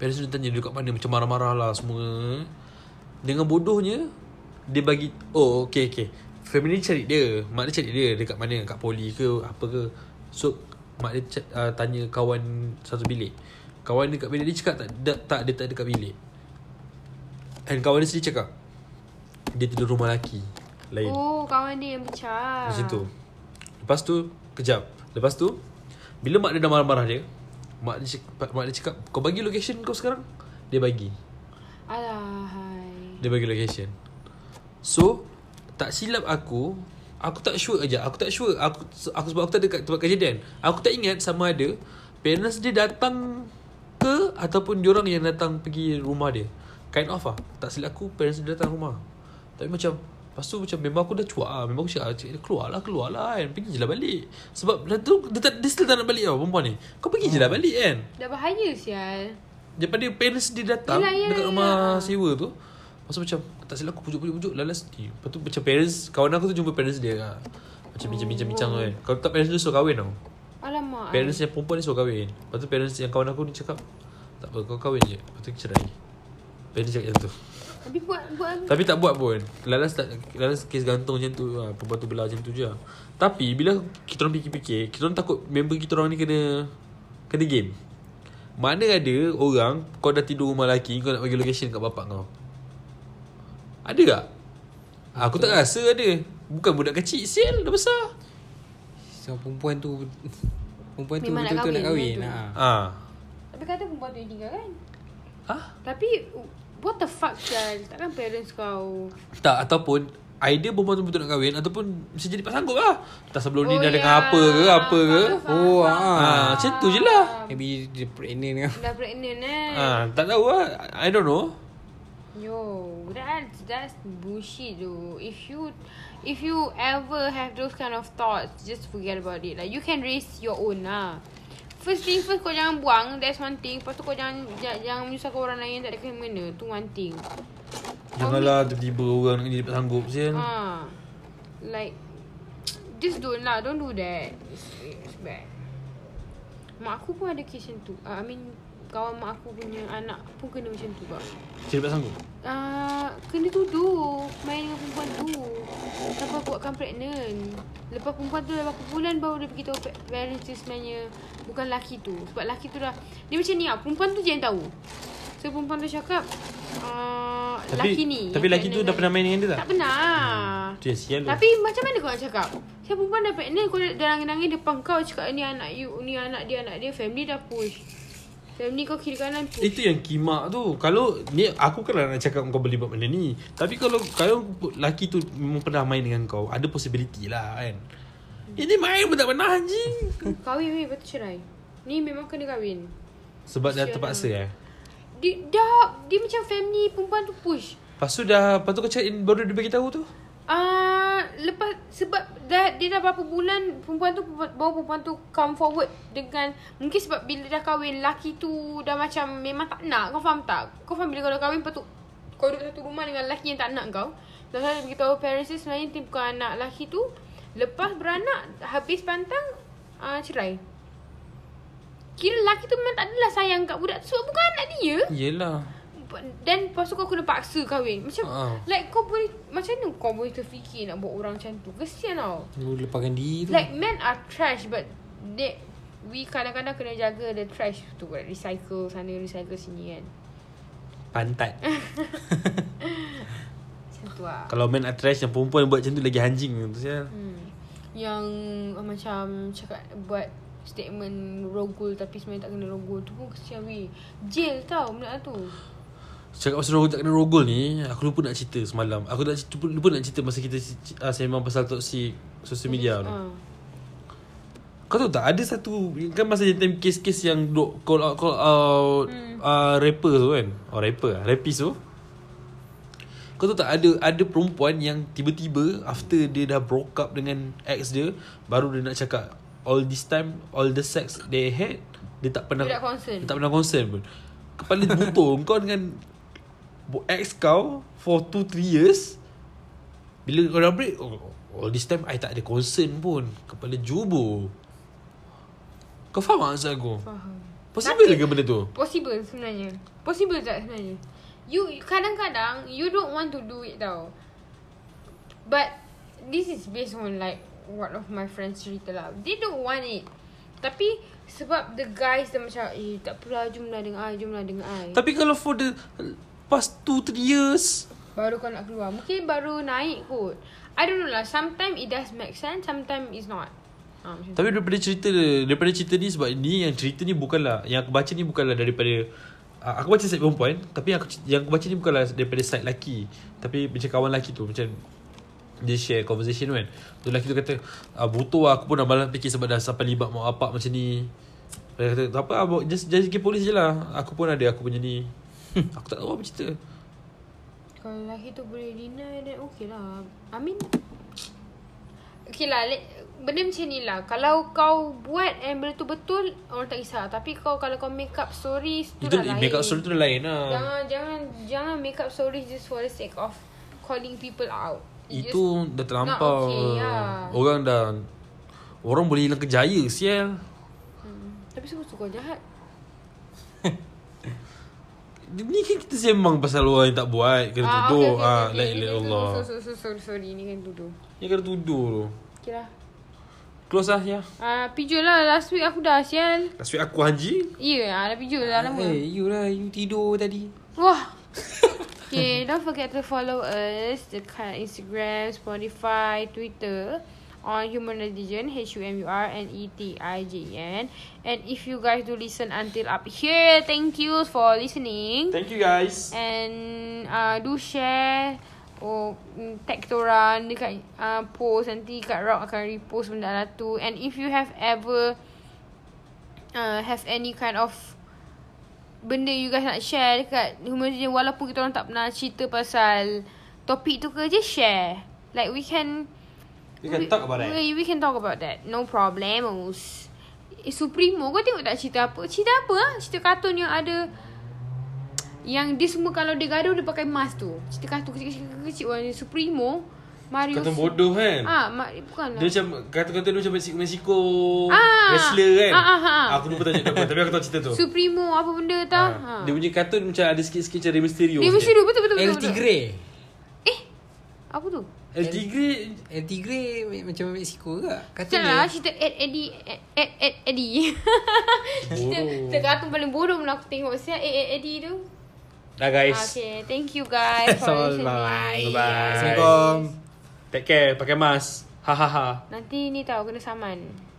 S3: Parents dia tanya dia dekat mana Macam marah-marah lah semua Dengan bodohnya Dia bagi Oh okay okay Family dia cari dia Mak dia cari dia Dekat mana Kat poli ke Apa ke So Mak dia ca- uh, tanya kawan Satu bilik Kawan dekat bilik Dia cakap tak, tak, tak Dia tak dekat bilik And kawan dia sendiri cakap Dia tidur rumah lelaki Lain
S1: Oh kawan dia yang pecah
S3: Macam tu Lepas tu Kejap Lepas tu Bila mak dia dah marah-marah dia Mak dia, cakap, mak dia cakap Kau bagi location kau sekarang Dia bagi
S1: Alahai
S3: Dia bagi location So Tak silap aku Aku tak sure aja Aku tak sure Aku, aku sebab aku tak ada kat tempat kejadian Aku tak ingat sama ada Parents dia datang Ke Ataupun diorang yang datang Pergi rumah dia Kind of lah Tak silap aku Parents dia datang rumah Tapi macam Lepas tu macam Memang aku dah cuak lah Memang aku cakap ah, cik, Keluar lah Keluar lah kan Pergi je lah balik Sebab dah tu dia, tak, dia still tak nak balik tau Perempuan ni Kau pergi je lah balik kan
S1: Dah bahaya sial
S3: Daripada parents dia datang
S1: Yelah,
S3: yelah,
S1: yelah,
S3: yelah, Dekat
S1: yelah.
S3: rumah sewa tu Lepas tu macam "Oh, Tak silap aku pujuk-pujuk-pujuk Lalas dia Lepas tu macam parents Kawan aku tu jumpa parents dia lah. Macam bincang-bincang-bincang tu kan Kalau tak parents dia suruh kahwin tau
S1: Alamak
S3: Parents yang perempuan ni suruh kahwin Lepas tu parents yang kawan aku ni cakap Tak apa kau kahwin je Lepas tu cerai Parents cakap macam tu
S1: Habis buat buat
S3: Tapi tak buat pun Lalas tak Lalas kes gantung macam tu lah. Perempuan tu belah macam tu je lah. Tapi bila kita orang fikir-fikir Kita orang takut member kita orang ni kena Kena game Mana ada orang Kau dah tidur rumah lelaki Kau nak bagi location kat bapak kau Ada tak? Aku tak rasa ada Bukan budak kecil Sial dah besar
S2: So perempuan tu perempuan tu
S1: Memang nak
S2: betul-betul nak
S1: kahwin,
S2: kahwin.
S1: memang
S2: Ha.
S3: Ah,
S1: Tapi kata perempuan tu yang tinggal kan
S3: ha?
S1: Tapi What the fuck sial Takkan parents kau
S3: Tak ataupun Idea perempuan tu betul nak kahwin Ataupun Bisa jadi tak sanggup lah Tak sebelum ni dah
S1: ya.
S3: dengar apa ke Apa ke
S1: Faham, faham,
S2: Oh,
S1: faham.
S2: ah.
S3: Ah, macam tu je lah.
S2: Maybe dia pregnant kan.
S1: Dah pregnant eh
S3: Ah, tak tahu lah I don't know
S1: Yo, that's that's bullshit though. If you if you ever have those kind of thoughts, just forget about it. Like you can raise your own lah. First thing first kau jangan buang That's one thing Lepas tu kau jangan jangan, jangan menyusahkan orang lain Tak ada kena mengena Tu one thing
S3: Janganlah tiba-tiba orang nak jadi tak sanggup sial.
S1: ha. Like Just don't lah Don't do that It's, it's bad Mak aku pun ada kes yang tu uh, I mean kawan mak aku punya anak pun kena macam tu kak.
S3: Cik dapat sanggup
S1: Uh, kena tuduh main dengan perempuan tu. Sampai buatkan pregnant. Lepas perempuan tu dah berapa bulan baru dia beritahu pa- parents dia sebenarnya bukan laki tu. Sebab laki tu dah dia macam ni ah, perempuan tu je yang tahu. So perempuan tu cakap uh,
S3: Tapi-
S1: laki ni.
S3: tapi
S1: yang
S3: laki tu
S1: pregnant
S3: dah pernah Hmm. main dengan dia tak?
S1: Tak pernah.
S3: Tu yang sial tu.
S1: Tapi macam mana kau nak cakap? Siapa perempuan dah pregnant kau dah nangis-nangis depan kau cakap ni anak you, ni anak dia, anak dia. Family dah push. Family kau kiri kanan push.
S3: Itu yang kimak tu Kalau ni Aku kan nak cakap Kau boleh buat benda ni Tapi kalau Kalau lelaki tu Memang pernah main dengan kau Ada possibility lah kan
S1: Hmm.
S3: Ini main pun tak pernah anjing
S1: Kahwin weh Lepas tu cerai Ni memang kena kahwin
S3: Sebab dah
S1: Sial
S3: terpaksa eh
S1: Dia dah Dia macam family Perempuan tu push
S3: Lepas tu dah Lepas tu kau cakap "Eh, Baru dia bagi tahu tu
S1: Ah, uh, lepas sebab dah dia dah berapa bulan perempuan tu baru perempuan tu come forward dengan mungkin sebab bila dah kahwin laki tu dah macam memang tak nak kau faham tak? Kau faham bila kau dah kahwin lepas tu kau duduk satu rumah dengan laki yang tak nak kau. Dah saya beritahu parents dia sebenarnya dia bukan anak laki tu. Lepas beranak habis pantang uh, cerai. Kira laki tu memang tak adalah sayang kat budak tu sebab bukan anak dia.
S3: Yelah
S1: Dan lepas tu kau kena paksa kahwin Macam uh.
S3: Ah.
S1: Like kau boleh Macam mana kau boleh terfikir Nak buat orang macam tu Kesian tau
S2: Lu lepaskan diri tu
S1: Like men are trash But they, We kadang-kadang kena jaga The trash tu like, Recycle sana Recycle sini kan
S3: Pantat
S1: Macam tu lah
S3: Kalau men are trash Yang perempuan buat macam tu Lagi anjing tu sial
S1: hmm. Yang uh, Macam Cakap Buat Statement Rogol Tapi sebenarnya tak kena rogol Tu pun kesian weh Jail tau Benda tu
S3: Cakap pasal rogol tak kena rogol ni Aku lupa nak cerita semalam Aku nak cerita, lupa nak cerita Masa kita uh, sembang pasal toxic Social media tu
S1: Ah.
S3: Kau tahu tak ada satu Kan masa dia time kes-kes yang duk Call out Call out hmm. uh, Rapper tu kan Oh rapper lah Rapist tu Kau tahu tak ada Ada perempuan yang tiba-tiba After dia dah broke up dengan ex dia Baru dia nak cakap All this time All the sex they had Dia tak pernah
S1: Dia tak concern.
S3: Dia tak pernah concern pun Kepala butuh Kau dengan bo- Ex kau For 2-3 years Bila kau dah break oh, All this time I tak ada concern pun Kepala jubur Kau faham tak Azhar aku?
S1: Faham
S3: Possible ke benda tu?
S1: Possible sebenarnya Possible tak sebenarnya You Kadang-kadang You don't want to do it tau But This is based on like One of my friends cerita lah They don't want it Tapi Sebab the guys dia macam Eh tak perlu lah jumlah dengan I Jumlah dengan I
S3: Tapi kalau for the Past 2-3 years
S1: Baru kau nak keluar Mungkin baru naik kot I don't know lah Sometimes it does make sense Sometimes it's not ha, macam tu.
S3: Tapi daripada cerita Daripada cerita ni Sebab ni yang cerita ni bukanlah Yang aku baca ni bukanlah daripada uh, Aku baca side perempuan Tapi yang aku, yang aku baca ni bukanlah Daripada side lelaki Tapi macam kawan lelaki tu Macam Dia share conversation tu kan Tu lelaki tu kata uh, Butuh lah aku pun dah malas fikir Sebab dah sampai libat mak apak macam ni Dia kata tak apa abang, Just, just pergi polis je lah Aku pun ada aku punya ni Aku tak tahu apa cerita
S1: Kalau lelaki tu boleh deny Then okay lah I mean Okay lah let, Benda macam ni lah Kalau kau buat And benda tu betul Orang tak kisah Tapi kau Kalau kau make up stories Tu
S3: Itu
S1: dah lain
S3: make up story tu dah lain lah
S1: Jangan Jangan Jangan make up stories Just for the sake of Calling people out You just,
S3: Itu dah terlampau
S1: okay, ya.
S3: Orang dah Orang boleh hilang kejaya Sial
S1: hmm, Tapi suka-suka jahat
S3: Ni kan kita sembang pasal orang yang tak buat Kena
S1: Ah,
S3: tuduh
S1: okay, okay,
S3: ah,
S1: okay,
S3: La
S1: okay,
S3: ilaha
S1: okay,
S3: Allah
S1: Sorry sorry sorry, sorry Ni kan tuduh
S3: Ni kena tuduh tu
S1: Okay lah
S3: Close lah ya
S1: Ah, pijul lah Last week aku dah Sial
S3: Last week aku Haji
S1: Ya yeah, Dah pijul dah lama
S2: Eh you lah You tidur tadi
S1: Wah. Okay, don't forget to follow us dekat Instagram, Spotify, Twitter on Human Religion, E H-U-M-U-R-N-E-T-I-J-E-N. And if you guys do listen until up here, thank you for listening.
S3: Thank you
S1: Eh,
S3: guys
S1: And uh, do share or mm, tag orang dekat uh, post nanti Kak Rock akan repost benda lah tu. And if you have ever uh, have any kind of benda you guys nak share dekat Human Religion walaupun kita orang tak pernah cerita pasal topik tu ke je share. Like we can
S3: We can talk about that.
S1: we, we can talk about that. No problemos. Eh, Supremo kau tengok tak cerita apa? Cerita apa? Ha? Cerita kartun yang ada yang dia semua kalau dia gaduh dia pakai mask tu. Cerita kartun kecil-kecil kecil warna Supremo Mario
S3: Kata bodoh kan
S1: Ah, ma- eh, bukan lah.
S3: Dia macam Kata-kata dia macam Mexico, Mexico
S1: Ah.
S3: Wrestler kan
S1: Ah, ah, ah.
S3: Aku lupa tajuk dia apa Tapi aku tahu cerita tu
S1: Supremo apa benda tau.
S3: Ah. Dia punya kartun Macam ada sikit-sikit Macam Rey Mysterio
S1: Dia mesti duduk betul betul betul.
S2: El
S1: betul.
S2: Tigre
S1: Eh. Apa tu?
S3: El Tigre
S2: El Tigre me- macam Mexico ke
S1: Macam lah
S2: Katanya
S1: cerita Ed Eddie Ed Ed, Ed Eddie. cerita cerita kartun paling bodoh mula aku tengok siap Ed Ed Eddie tu.
S3: Dah guys
S1: Okay, thank you guys for
S2: So,
S1: listening.
S2: bye-bye.
S3: Bye-bye.
S2: Assalamualaikum
S3: Take care Pakai mask Ha ha ha
S1: Nanti ni tahu kena saman.